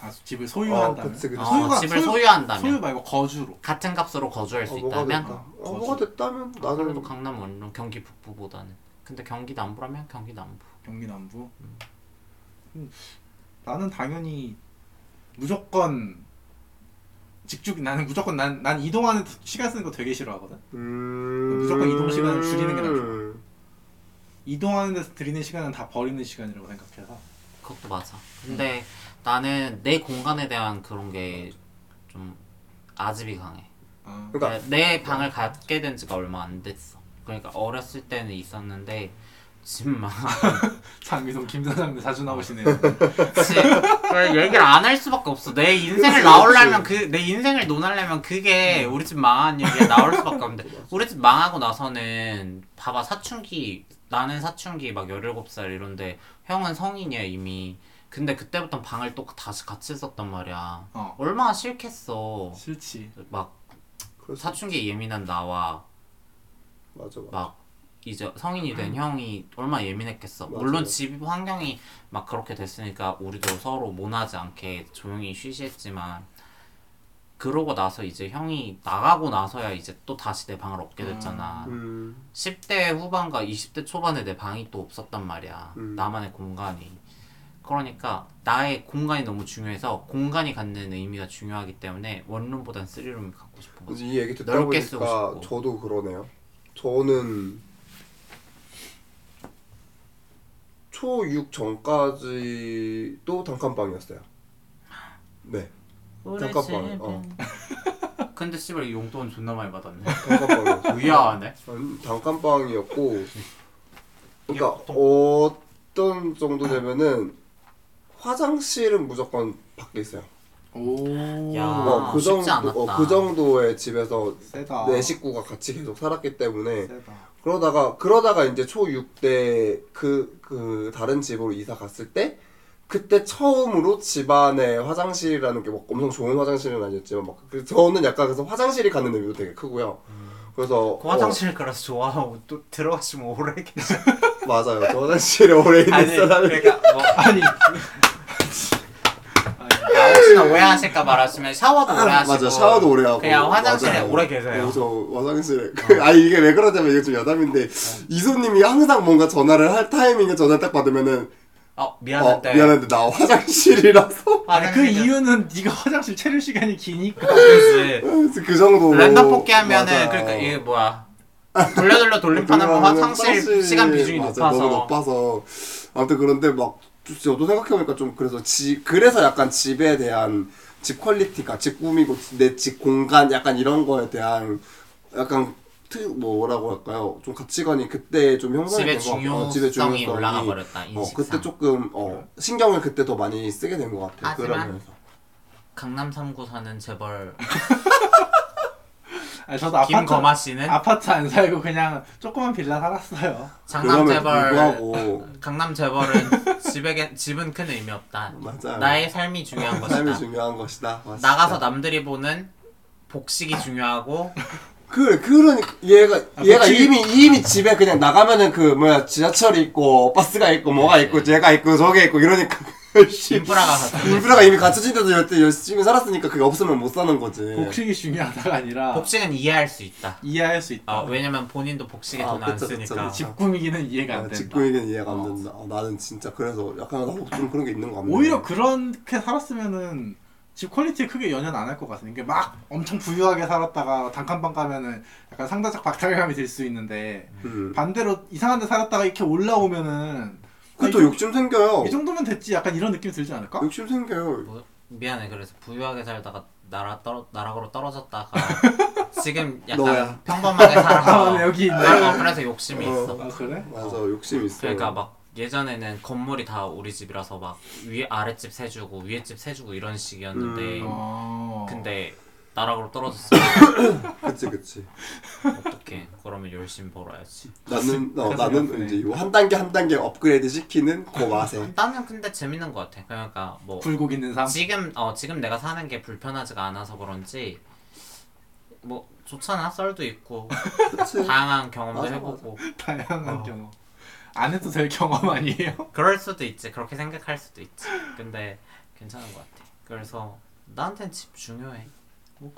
아 집을 소유한다면.
어, 그치, 그치.
어,
소유가-
집을
소유-
소유한다면
소유 말고 거주로.
같은 값으로 거주할 수
어, 뭐가
있다면
됐다. 어,
거주.
뭐가 됐다면
그래도
나는
강남 원룸 경기 북부보다는 근데 경기 남부라면 경기 남부.
경기 남부. 음, 나는 당연히 무조건 직주 나는 무조건 난 난 이동하는 시간 쓰는 거 되게 싫어하거든.
음...
무조건 이동 시간을 줄이는 게 나을 것 이동하는 데서 들이는 시간은 다 버리는 시간이라고 생각해서.
그것도 맞아. 근데
음.
나는 내 공간에 대한 그런 게 좀 아집이 강해.
어.
그러니까
내 방을 갖게 된 지가 얼마 안 됐어. 그러니까 어렸을 때는 있었는데 집만
장미동 김 사장님 자주 나오시네요.
그치. 그래, 얘기를 안 할 수밖에 없어. 내 인생을 나오려면 그 내 인생을 논하려면 그게 우리 집 망한 얘기가 나올 수밖에 없는데 우리 집 망하고 나서는 봐봐 사춘기 나는 사춘기 막 17살 이런데 형은 성인이야 이미. 근데 그때부터 방을 또 다시 같이 썼단 말이야.
어.
얼마나 싫겠어.
싫지.
막
그래서
사춘기 예민한 나와
맞아 맞아.
막 이제 성인이 된 형이 얼마나 예민했겠어.
음. 맞아요.
물론 집 환경이 막 그렇게 됐으니까 우리도 서로 모나지 않게 조용히 쉬시했지만 그러고 나서 이제 형이 나가고 나서야 이제 또 다시 내 방을 얻게 됐잖아.
음,
10대 후반과 20대 초반에 내 방이 또 없었단 말이야.
음.
나만의 공간이. 그러니까 나의 공간이 너무 중요해서 공간이 갖는 의미가 중요하기 때문에 원룸보단 쓰리룸을 갖고 싶은 거지.
이제 이 얘기 듣다
넓게 쓰고
보니까
싶고.
저도 그러네요. 저는 초6 전까지도 단칸방이었어요. 네, 잠깐만, 어.
<laughs> 근데 씨발 용돈 존나 많이 받았네.
단칸방이었어요.
<laughs> 의아하네.
전 단칸방이었고 그러니까
이게
어떤 정도 되면은 화장실은 무조건 밖에 있어요.
오.
야.
어, 그
아, 쉽지
정도
않았다.
어, 그 정도의 집에서
세다.
아.
내 식구가 같이 계속 살았기 때문에
세다. 어,
그러다가 그러다가 이제 초 6대 그, 그 다른 집으로 이사 갔을 때 그때 처음으로 집안에 화장실이라는 게막 엄청 좋은 화장실은 아니었지만 막 그- 저는 약간 그래서 화장실이 갖는 의미도 되게 크고요. 그래서
그 화장실 가라서 좋아하고 또 들어가시면 오래 계셔.
어, 맞아요. 저 화장실에 오래 있는
아니
그
사람이
그러니까 뭐
아니. 아니.
아홉 혹시나 오해하실까 말하시면 샤워도 오래 하시고
맞아 샤워도 오래 하고
그냥 화장실에
맞아요.
오래 계세요. 어.
그래서 화장실에 <laughs> 아 이게 왜 그러냐면 이게 좀 여담인데 이소님이 항상 뭔가 전화를 할 타이밍에 전화 딱 받으면은
어
어
미안한데
미안한데 나 화장실이라서
아니 그
화장실에-
이유는 네가 화장실 체류 시간이 기니까
그치.
그 정도
랜덤 뽑기 하면은
맞아.
그러니까 이게 뭐야 돌려 돌려 돌림판 하면
돌아가면은
화장실
화장실-
시간 비중이
맞아,
높아서
너무 높아서 아무튼 그런데 막 저도 생각해보니까 좀 그래서 지 그래서 약간 집에 대한 집 퀄리티가 집 꾸미고 내 집 공간 약간 이런 거에 대한 약간 특 뭐라고 할까요 좀 가치관이 그때 좀 형성이
집의
된것 같아요. 어,
중요성이 올라가 버렸다
어,
인식상.
그때 조금 어, 신경을 그때 더 많이 쓰게 된 것 같아요.
하지만-
그러면서
강남 3구 사는 재벌
아니, 저도 아파트
김거마 씨는
아파트 안 살고 그냥 조그만 빌라 살았어요.
장남 재벌
불구하고
강남 재벌은 <laughs> 집에 집은 큰 의미 없다.
맞아요.
<laughs> 나의
<laughs>
삶이 중요한
삶이
것이다.
중요한 것이다. 맞습니다.
나가서 남들이 보는 복식이
<laughs>
중요하고
그래 그러니 얘가 얘가
아, 그치.
이미 이미 집에 그냥 나가면은 그 뭐야 지하철이 있고 버스가 있고 뭐가
네.
있고 제가 있고 저게 있고 이러니까 그 씨,
인프라가 갖춘 거지.
인프라가 이미 갖춰진 데도 열때 열심히 살았으니까 그게 없으면 못 사는 거지.
복식이 중요하다가 아니라
네. 복식은 이해할 수 있다.
이해할 수 있다.
어, 왜냐면 본인도 복식에
아,
돈 안
그쵸, 그쵸,
쓰니까.
그쵸.
집 꾸미기는 이해가 안
아,
된다.
직구에겐 이해가 안 된다. 아, 나는 진짜 그래서 약간 나도 좀 그런 게 있는 거 같네.
오히려 그렇게 살았으면은 집 퀄리티에 크게 연연 안 할 것 같은데 이게 막 엄청 부유하게 살았다가 단칸방 가면은 약간 상대적 박탈감이 들 수 있는데
음.
반대로 이상한 데 살았다가 이렇게 올라오면은 아,
그또
이-
욕심 생겨요.
이 정도면 됐지 약간 이런 느낌이 들지 않을까?
욕심 생겨요.
뭐, 미안해 그래서 부유하게 살다가 나라 떨어 나락으로
<laughs>
떨어졌다가 지금 약간
너야.
평범하게
<laughs>
아,
살아서
네, 여기 있네.
살고 그래서 욕심이
어.
있어.
아 그래?
맞아 욕심 있어.
그러니까 막 예전에는 건물이 다 우리 집이라서 막위 아래 집 세주고 위에 집 세주고 이런 식이었는데
음.
어...
근데 나락으로 떨어졌어.
그치
<laughs>
그치.
어떡해. 그러면 열심히 벌어야지.
나는 어,
가슴이
나는
아프네.
이제 요한 단계 한 단계 업그레이드 시키는 그
<laughs>
맛에.
나는 근데 재밌는 것 같아. 그러니까 뭐
굴곡 있는 삶?
지금 어 지금 내가 사는 게 불편하지가 않아서 그런지 뭐 좋잖아. 썰도 있고
그치.
다양한 경험도
맞아,
해보고
다양한
어.
경험 안 해도 될 경험 아니에요?
그럴 수도 있지. 그렇게 생각할 수도 있지. 근데 괜찮은 것 같아. 그래서 나한텐 집 중요해.
뭐,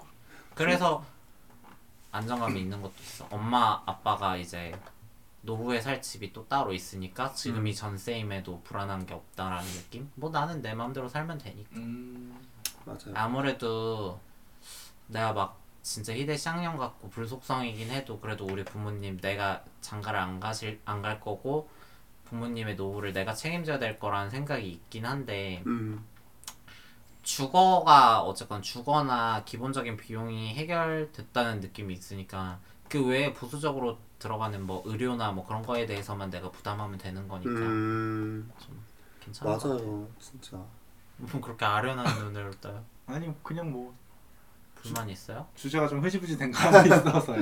그래서 안정감이 있는 것도 있어. 엄마 아빠가 이제 노후에 살 집이 또 따로 있으니까 지금이 전세임에도 불안한 게 없다라는 느낌? 뭐 나는 내 마음대로 살면 되니까.
음...
맞아요.
아무래도 내가 막 진짜 희대 쌍년 같고 불속성이긴 해도 그래도 우리 부모님 내가 장가를 안 가실 안 갈 거고 부모님의 노후를 내가 책임져야 될 거라는 생각이 있긴 한데
음.
주거가 어쨌건 주거나 기본적인 비용이 해결됐다는 느낌이 있으니까 그 외에 보수적으로 들어가는 뭐 의료나 뭐 그런 거에 대해서만 내가 부담하면 되는 거니까
음.
괜찮아.
맞아요. 진짜.
뭐 그렇게 아련한 눈으로 떠요.
아니 그냥 뭐
불만 있어요?
주제가 좀 흐지부지 된 감이 있어서요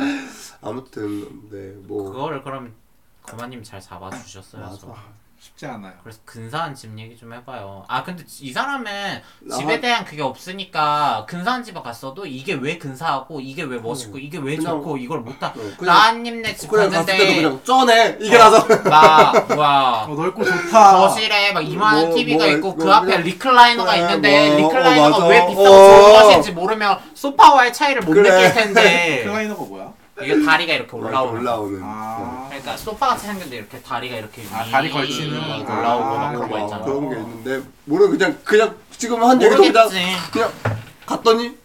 아무튼 네뭐
그거를 그럼 거마님 잘 잡아주셨어요.
맞아.
쉽지 않아요
그래서 근사한 집 얘기 좀 해봐요. 아 근데 이 사람은
나
집에 대한 그게 없으니까 근사한 집에 갔어도 이게 왜 근사하고 이게 왜 멋있고 이게 왜
어. 그냥-
좋고 이걸 못다.
어, 그냥-
나한님네 집
그냥 갔을 때도
갔는데 어,
그냥 쩌네 이게 나서 <laughs>
막 뭐야
어, 넓고 좋다
거실에 막 이만한
뭐,
TV가
뭐,
있고
뭐,
그 앞에
그냥-
리클라이너가
그래,
있는데
뭐,
리클라이너가
어, 맞아.
왜 비싸고
어.
좋은 것인지 모르면 소파와의 차이를 못
그래. <laughs>
느낄 텐데
클라이너가 뭐야?
이게 다리가 이렇게 올라오는
올라오는
아
그러니까 소파 같이 생겼는데 이렇게 다리가 이렇게 음,
아,
위-
다리 걸치는 거.
올라오고
아,
막
네.
그런 거
어,
있잖아.
그런 게 있는데 모르 그냥 그냥 지금 한 얘기도 그냥
모르겠지.
그냥 갔더니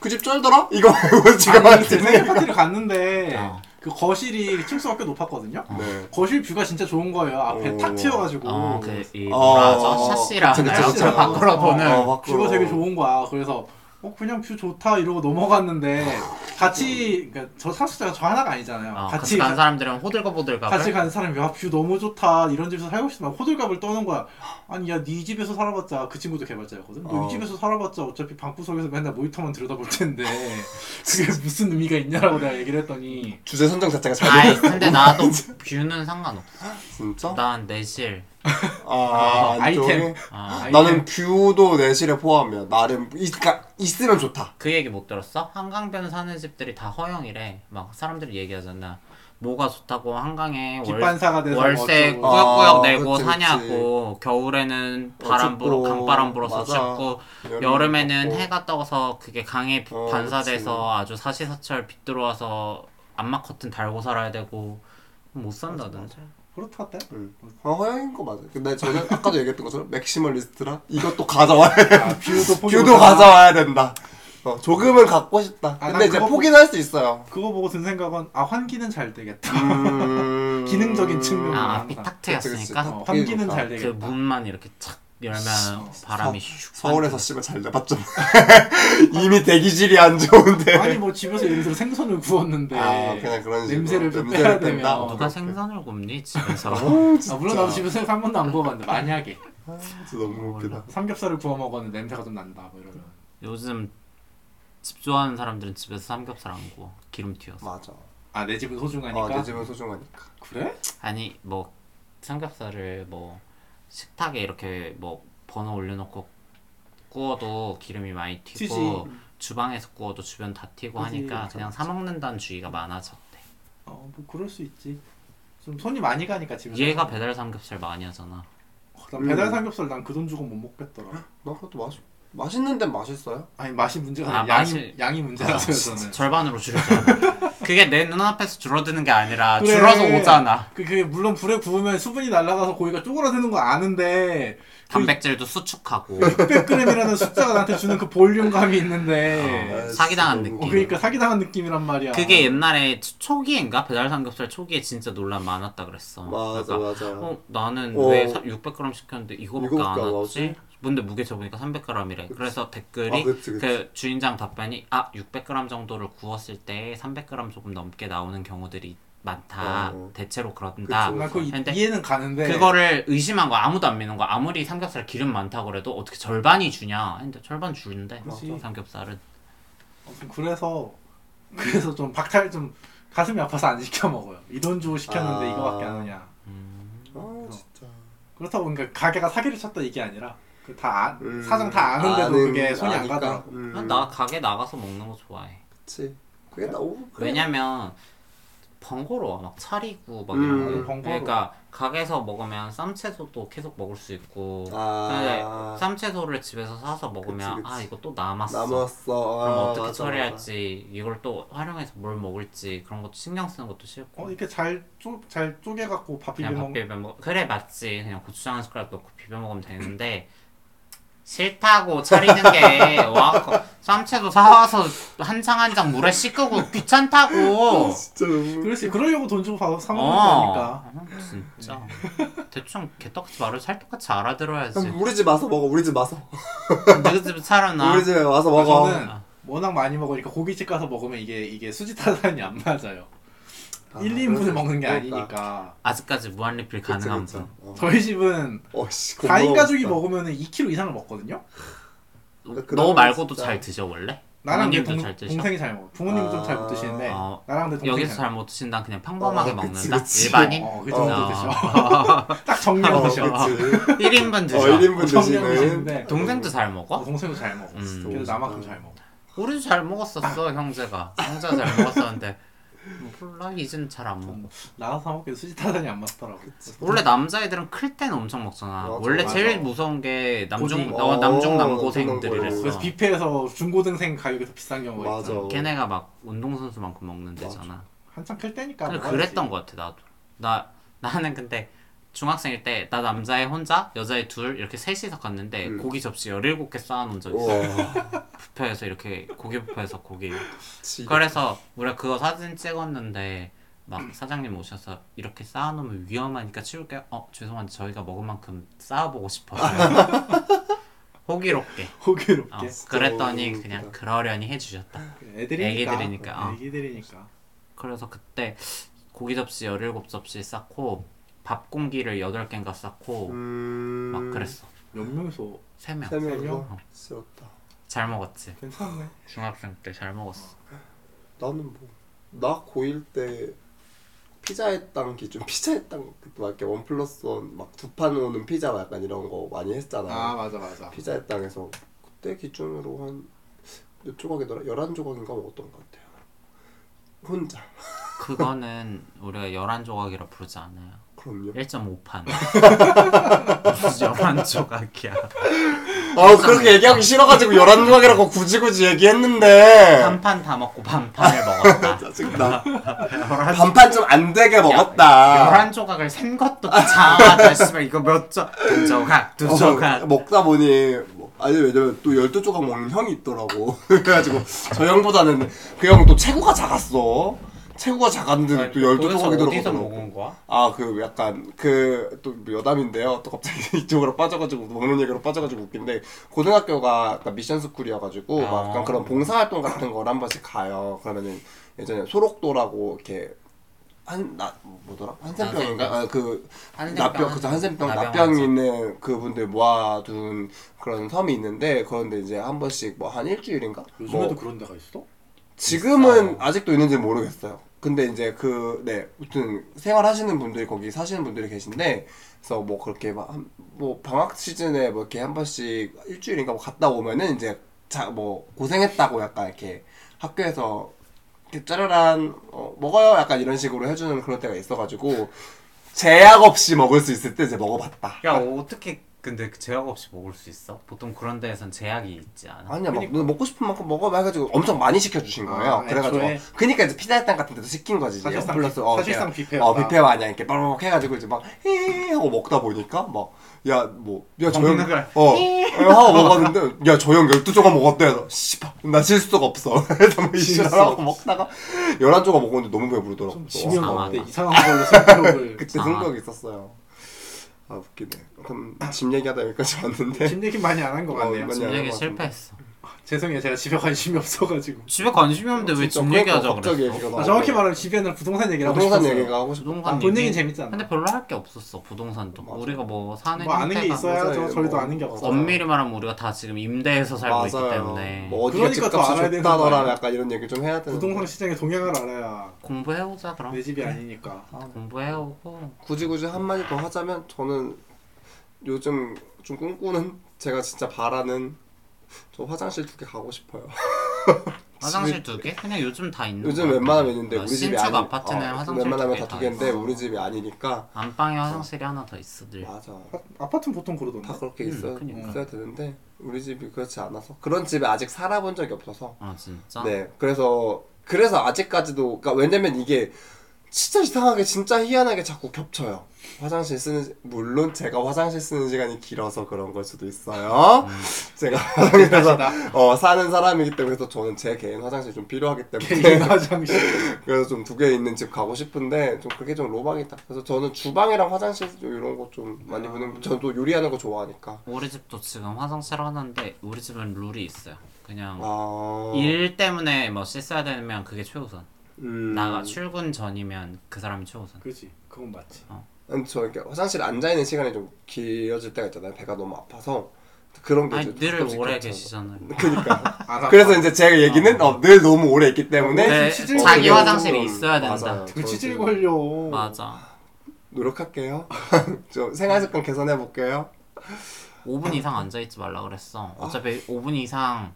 그 집 쩔더라 이거 <laughs> 말고 지금
아니
하는데
제 생일 파티를 갔는데
어.
그 거실이 층수가 꽤 높았거든요
네.
거실 뷰가 진짜 좋은 거예요 앞에
어.
탁 튀어가지고
어, 그이
어,
뭐라
어,
저 샤시랑
그쵸, 그쵸,
나랑
그쵸.
바꾸러 보는
어, 밖으로.
뷰가 되게 좋은 거야 그래서 어 그냥 뷰 좋다 이러고 넘어갔는데 같이 그러니까 저 사수자가 저 하나가 아니잖아요
어, 같이
같이
간
가-
사람들은
아,
호들갑호들갑
같이 간 사람이 아, 야뷰 너무 좋다 이런 집에서 살고 싶다 호들갑을 떠는 거야 아니 야 네 집에서 살아봤자 그 친구도 개발자였거든 너 이
어.
집에서 살아봤자 어차피 방구석에서 맨날 모니터만 들여다볼 텐데 <laughs> 그게 무슨 의미가 있냐라고 내가 얘기를 했더니
주제 선정 자체가 잘돼
아이
<laughs>
근데 나도 뷰는 상관없어
진짜
난 내실
아
아이템.
안쪽에
어.
아이템.
나는 뷰도 내실에 포함이야 나름 이, 그러니까 있으면 좋다
그 얘기 못 들었어? 한강변 사는 집들이 다 허영이래. 막 사람들이 얘기하잖아. 뭐가 좋다고 한강에 월-
뒷반사가 돼서
월세
어쩌고.
꾸역꾸역
아,
내고
그치, 그치.
사냐고 겨울에는
어,
바람
춥고.
불어 강바람 불어서
맞아.
춥고 여름에는 해가 떠서 그게 강에 비-
어,
반사돼서 아주 사시사철 빛 들어와서 안마 커튼 달고 살아야 되고 못 산다든지
그렇다대.
응. 어, 허영인 거 맞아. 근데 저는 아까도 얘기했던 것처럼 맥시멀리스트라 이것도 가져와야
아,
<laughs>
뷰도 <laughs> 포기
뷰도
못하나?
가져와야 된다. 어, 조금은 갖고 싶다.
아,
근데
난
이제
그거
포기는 할 수
<laughs>
있어요.
그거 보고 든 생각은 아 환기는 잘 되겠다.
음...
기능적인 측면.
아
음,
삐딱트였으니까
아,
어, 환기는 잘
그
되겠다.
문만 이렇게 착 열면 바람이 슉
서울에서 씨발 잘 나봤잖아. <laughs> 이미 대기질이 안 좋은데.
<laughs> 아니 뭐 집에서 예를 들어 생선을 구웠는데
아, 그냥 그런 식으로.
냄새를 좀
냄새를
빼야 되면 어.
뺀다?
누가
<laughs>
생선을 굽니 집에서
어?
아, 물론 나도 집에서 생선 한 번도 안 구워봤는데 만약에
진짜
어,
너무 웃기다.
삼겹살을 구워 먹었는데 냄새가 좀 난다 뭐 이러면
요즘 집 좋아하는 사람들은 집에서 삼겹살 안 구워 기름 튀어서
맞아.
아 내 집은 소중하니까
어, 내 집은 소중하니까.
그래?
아니 뭐 삼겹살을 뭐 식탁에 이렇게 뭐 번호 올려놓고 구워도 기름이 많이 튀고 주방에서 구워도 주변 다 튀고
그지,
하니까
그렇죠.
그냥 사 먹는다는 주의가 많아졌대
어뭐 그럴 수 있지 좀 손이 많이 가니까 집에서
얘가 배달 삼겹살
<laughs>
많이 하잖아
어, 난 배달 삼겹살 난 그 돈 주고 못 먹겠더라
나 그것도 맛 맛있는 데는 맛있어요.
아니 맛이 문제가
아,
아니라 양이,
맛이-
양이 문제라서 저는
절반으로 줄였잖아 그게 내 눈앞에서 줄어드는 게 아니라
그래.
줄어서 오잖아
그, 그게 물론 불에 구우면 수분이 날아가서 고기가 쪼그라드는 거 아는데
단백질도 수축하고
600g이라는 숫자가 나한테 주는 그 볼륨감이 있는데
어, 사기당한
진짜 너무-
어,
느낌
그러니까 사기당한 느낌이란 말이야
그게 옛날에 초- 초기인가 배달 삼겹살 초기에 진짜 논란 많았다 그랬어.
맞아,
그러니까
맞아.
어, 나는
어.
왜 600g 시켰는데 이거밖에
이거밖에
안
안
왔지? 근데 무게 재보니까 300g이래. 그래서 댓글이
아, 그치, 그치.
그 주인장 답변이 아 600g 정도를 구웠을 때 300g 조금 넘게 나오는 경우들이 많다.
어.
대체로 그런다.
그치.
난 아, 그거 이-
근데
이해는 네. 가는데
그거를 의심한 거 아무도 안 믿는 거. 아무리 삼겹살 기름 많다고 그래도 어떻게 절반이 주냐? 근데 절반 주는데
그치.
삼겹살은
아무튼 그래서 그래서 좀 박탈 좀 가슴이 아파서 안 시켜 먹어요. 이 돈 주고 시켰는데
아.
이거밖에 안 하냐.
음,
아, 진짜.
그렇다고 그러니까 가게가 사기를 쳤다 이게 아니라 그 다 아-
음,
사정 다 아는데도
아는-
그게 손이 안
아니까.
가더라고.
음,
나 가게 나가서 먹는 거 좋아해.
그치. 그게 나 오. 그래.
왜냐면 번거로워 막 차리고 막
음,
이런 거
번거로워.
그러니까 가게에서 먹으면 쌈채소도 계속 먹을 수 있고
아.
근데 쌈채소를 집에서 사서 먹으면
그치, 그치.
아 이거 또 남았어
남았어. 아,
그럼 어떻게
맞아, 맞아.
처리할지 이걸 또 활용해서 뭘 먹을지 그런 것도 신경 쓰는 것도
어
싫고
이렇게 잘쪼잘 쪼개 갖고 밥 비벼
그냥 밥
먹.
비벼 먹 그래 맞지 그냥 고추장 한 숟가락 넣고 비벼 먹으면 되는데 싫다고
<laughs>
차리는 게 와, 쌈채도 사와서 한 장 한 장 물에 씻고 귀찮다고
진짜 너무.
그렇지. 그러려고 돈 주고 밥사 먹는 거니까.
어, 진짜
네. <laughs>
대충 개떡같이 말을 살떡같이 알아들어야지.
우리 집 와서 먹어. 우리 집 와서.
너희 집 살아나.
우리 집에 와서 먹어.
저는 워낙 많이 먹으니까 그러니까 고깃집 가서 먹으면 이게 이게 수지 타산이 안 맞아요.
아,
1, 2인분을
그래서
먹는 게
그러니까.
아니니까.
아직까지 무한 리필 가능한
그치,
분.
그치.
저희 집은
어. 어씨.
4인 가족이 먹으면 2kg 이상을 먹거든요.
그러니까
너
그나마
말고도
진짜-
잘 드셔 원래?
나랑 내
부모님도
동,
잘 드셔?
동생이 잘 먹어. 부모님도 좀 잘 못
아,
드시는데
어.
나랑 내 동생이
여기서
잘
잘 못 드신다 그냥 평범하게
어, 그치,
먹는다.
그치.
일반인.
먹어. 어, 그
어.
정도
아.
드셔. <laughs> 딱 정면
어,
드셔.
그치.
<laughs> 1인분
어,
드셔.
1인분
엄청
드시는.
그 드시는데.
동생도 잘
어,
먹어?
동생도 잘 먹어.
음.
그래서 나만큼 잘 먹어.
우리도 잘 먹었었어 형제가. 형제가 잘 먹었었는데 몰라 이젠 잘 안 먹어.
나가서 사 먹기도 수지 타산이 안 맞더라고.
원래 남자애들은 클 때는 엄청 먹잖아.
맞아,
원래
맞아.
제일 무서운 게 남중
고딩.
어,
어,
남중
남중
그래서
남고생들이랬어.
뷔페에서 중고등생 가격이 더 비싼 경우가
맞아.
있잖아.
걔네가 막 운동선수만큼 먹는 데잖아.
한참 클 때니까.
근데
먹어야지.
그랬던 것 같아 나도. 나 나는 근데 중학생일 때 나 남자애 혼자 여자애 둘 이렇게 셋이서 갔는데
음.
고기 접시 17개 쌓아놓은 적
<laughs>
있어.
우와.
뷔페에서 이렇게 고기 뷔페에서 <laughs> 고기.
지-
그래서 우리가 그거 사진 찍었는데 막 사장님 오셔서 이렇게 쌓아놓으면 위험하니까 치울게요. 어 죄송한데 저희가 먹은 만큼 쌓아보고 <laughs> 싶어요. 호기롭게. 어,
호기롭게.
그랬더니
너무
그냥
웃기다.
그러려니 해주셨다.
애들이니까.
애기들이니까, 어.
애기들이니까.
그래서 그때 고기 접시 17접시 쌓고 밥 공기를 8개인가 쌓고
음.
막 그랬어.
몇 명이서
세
3명.
세
명이서 어,
명?
싫었다.
잘 먹었지.
괜찮네.
중학생 때 잘
<laughs>
먹었어.
나는 뭐, 나 고1 때 피자의 땅 기준, <laughs> 피자의 땅, 그때 막 이렇게 원 플러스 원 막 두 판 오는 피자 막 약간 이런 거 많이 했잖아.
아 맞아 맞아.
피자의 땅에서 그때 기준으로 한 몇 조각이더라? 11조각인가 먹었던 것 같아요. 혼자.
그거는 우리가 열한 조각이라 부르지 않아요.
그럼요.
예.
<laughs>
1.5판. 무슨 열한 조각이야.
아 그렇게 얘기하기 싫어가지고 열한 조각이라고 굳이 굳이 얘기했는데.
한 판 다 먹고 반판을 먹었다.
짜증나. 반판 좀 안 되게 먹었다.
열한 조각을 샌 것도 참하다. 씨발 이거 몇 조? 한 조각, 두
어,
조각.
먹다 보니 뭐, 아니 왜냐면 또 열두 조각 먹는 형이 있더라고. <laughs> 그래가지고 저 형보다는 그 형은 또 체구가 작았어. 체구가 작았는데 또그 열두
도대체
조각이
어디서
들어가더라고.
먹은 거야?
아 그 약간 그 또 여담인데요. 또 갑자기 <laughs> 이쪽으로 빠져가지고 먹는 얘기로 빠져가지고 웃긴데 고등학교가 약간 미션 스쿨이어가지고 막
아.
약간 그런 봉사활동 같은 걸 한 번씩 가요. 그러면은 예전에 소록도라고 이렇게 한나 뭐더라 한센병인가 아, 그
한센병,
나병 그죠 한센병
나병
나병
맞죠.
있는 그분들 모아둔 그런 섬이 있는데 그런데 이제 한 번씩 뭐 한 일주일인가
요즘에도
뭐
그런 데가 있어?
지금은
있어요.
아직도 있는지 모르겠어요. 근데 이제 그, 네, 무튼 생활하시는 분들이 거기 사시는 분들이 계신데, 그래서 뭐 그렇게 막, 한- 뭐 방학 시즌에 뭐 이렇게 한 번씩 일주일인가 뭐 갔다 오면은 이제 자, 뭐 고생했다고 약간 이렇게 학교에서 이렇게 짜르란, 어, 먹어요. 약간 이런 식으로 해주는 그런 때가 있어가지고, 제약 없이 먹을 수 있을 때 이제 먹어봤다.
야 어떻게 근데 그 제약 없이 먹을 수 있어? 보통 그런 데에선 제약이 있지 않아?
아니야, 막, 너 먹고 싶은 만큼 먹어. 막 해가지고 엄청 많이 시켜주신 거예요.
그러니까. 아,
그래가지고.
애초에.
그니까 이제 피자회당 같은 데도 시킨 거지. 이제
사실상
플러스,
뷔-
어,
사실상
그냥,
뷔페였다.
어, 뷔페 마냥 이렇게 빠르륵 해가지고 이제 막, 헤헤 하고 먹다 보니까 막, 야, 뭐, 야, 저 형,
먹는 거야.
어, 하고 먹었는데, 야, 저 형 12조각 먹었대. 그래서 씨발, 나 실수가 없어. <laughs> 그래서 막
실수
이시라고
없어.
먹다가 11조각 먹었는데 너무 배부르더라고.
좀
또.
지면
아,
건데
맞아.
이상한 걸로 성격을 <laughs>
그때
아.
생각이 있었어요. 아, 웃기네. 그럼 집 얘기하다 여기까지 왔는데.
집 얘기 많이 안 한 것 같네요.
어, 많이 안
집 얘기
맞아.
실패했어.
죄송해요. 제가 집에 관심이 <laughs> 없어가지고.
집에 관심이 없는데
진짜
왜집
그러니까
얘기하자고
갑자기
그랬어?
얘기가
아,
나오고.
정확히 말하면 집에 아니라 부동산 얘기를
<laughs>
하고
부동산
싶었어요.
얘기가 하고 싶어.
부동산
본
얘기.
얘기는 재밌잖아.
네. 근데 별로 할 게 없었어 부동산도.
맞아.
우리가 뭐 사는
뭐 아는 음. 게
형태가
있어야죠.
맞아요.
저희도
뭐
아는 게 없어요.
엄밀히 말하면 우리가 다 지금 임대해서 살고 있기 때문에
뭐 어디가
그러니까 더 알아야
집값이
되는
좋다더라
거야.
약간 이런 얘기 좀 해야 되는.
부동산 시장의 동향을 알아야 네.
공부해오자 그럼.
네.
내 집이 아니니까.
공부해오고
굳이 굳이 한 마디 더 하자면 저는 요즘 좀 꿈꾸는 제가 진짜 바라는 저 화장실 두 개 가고 싶어요.
화장실 두 개? 그냥 요즘 다 있는
요즘
거 같아.
웬만하면 있는데
어,
우리 집이
신축
아니
아파트는
어,
화장실
웬만하면 다
두개
두
다
개인데
있어.
우리 집이 아니니까
안방에 화장실이 하나 더 있으들.
맞아.
아, 아파트는 보통 그러던데.
다 그렇게
네. 음,
있어야,
그러니까.
있어야 되는데 우리 집이 그렇지 않아서 그런 집에 아직 살아본 적이 없어서
아 진짜?
네, 그래서 그래서 아직까지도 그러니까 왜냐면 이게 진짜 이상하게 진짜 희한하게 자꾸 겹쳐요. 화장실 쓰는 시- 물론 제가 화장실 쓰는 시간이 길어서 그런 걸 수도 있어요.
음.
제가 화장실에서 어, 사는 사람이기 때문에 그래서 저는 제 개인 화장실 좀 필요하기
개인
때문에
화장실.
<laughs> 그래서 좀 두 개 있는 집 가고 싶은데 좀 그게 좀 로망이다. 그래서 저는 주방이랑 화장실 좀 이런 거 좀 많이
아.
보는 저는 또 요리하는 거 좋아하니까.
우리 집도 지금 화장실 하나인데 우리 집은 룰이 있어요. 그냥
아,
일 때문에 뭐 씻어야 되면 그게 최우선.
음.
나가 출근 전이면 그 사람이 최우선.
그렇지.
<laughs>
그건 맞지.
아니 저 이렇게 음, 그러니까 화장실 앉아 있는 시간이 좀 길어질 때가 있잖아요. 배가 너무 아파서 그런 게
아니
이제
늘
가끔씩
오래
괜찮아요.
계시잖아요.
그러니까
알아.
그래서 이제 제 얘기는 어, 늘 너무 오래 있기 때문에
네,
근데
치질
자기
걸려.
화장실이 있어야 된다.
맞아요.
그 치질
저는
걸려.
맞아.
노력할게요. <laughs> 좀 생활 습관 개선해 볼게요.
5분 이상 앉아 있지 말라 그랬어. 어차피 5분 이상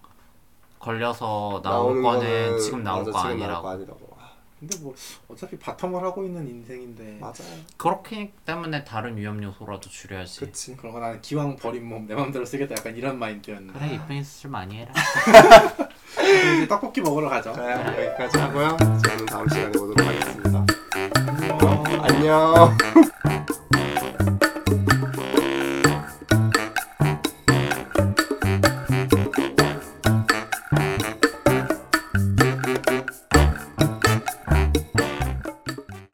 걸려서
나오는
나올 거는
거는-
지금 나올
맞아,
거
지금 나올
아니라고.
거 아니라고. 아,
근데 뭐 어차피 바텀을 하고 있는
네.
인생인데.
맞아요.
그렇기 때문에 다른 위험 요소라도 줄여야지.
그치.
그런 거 나는 기왕 버린 몸 내 마음대로 쓰겠다. 약간 이런 마인드였는데.
그래 이쁜 술 많이 해라.
그럼 이제 <laughs> 떡볶이 먹으러 가죠.
자 여기까지 하고요. 저는 다음 시간에 보도록 하겠습니다.
안녕.
안녕.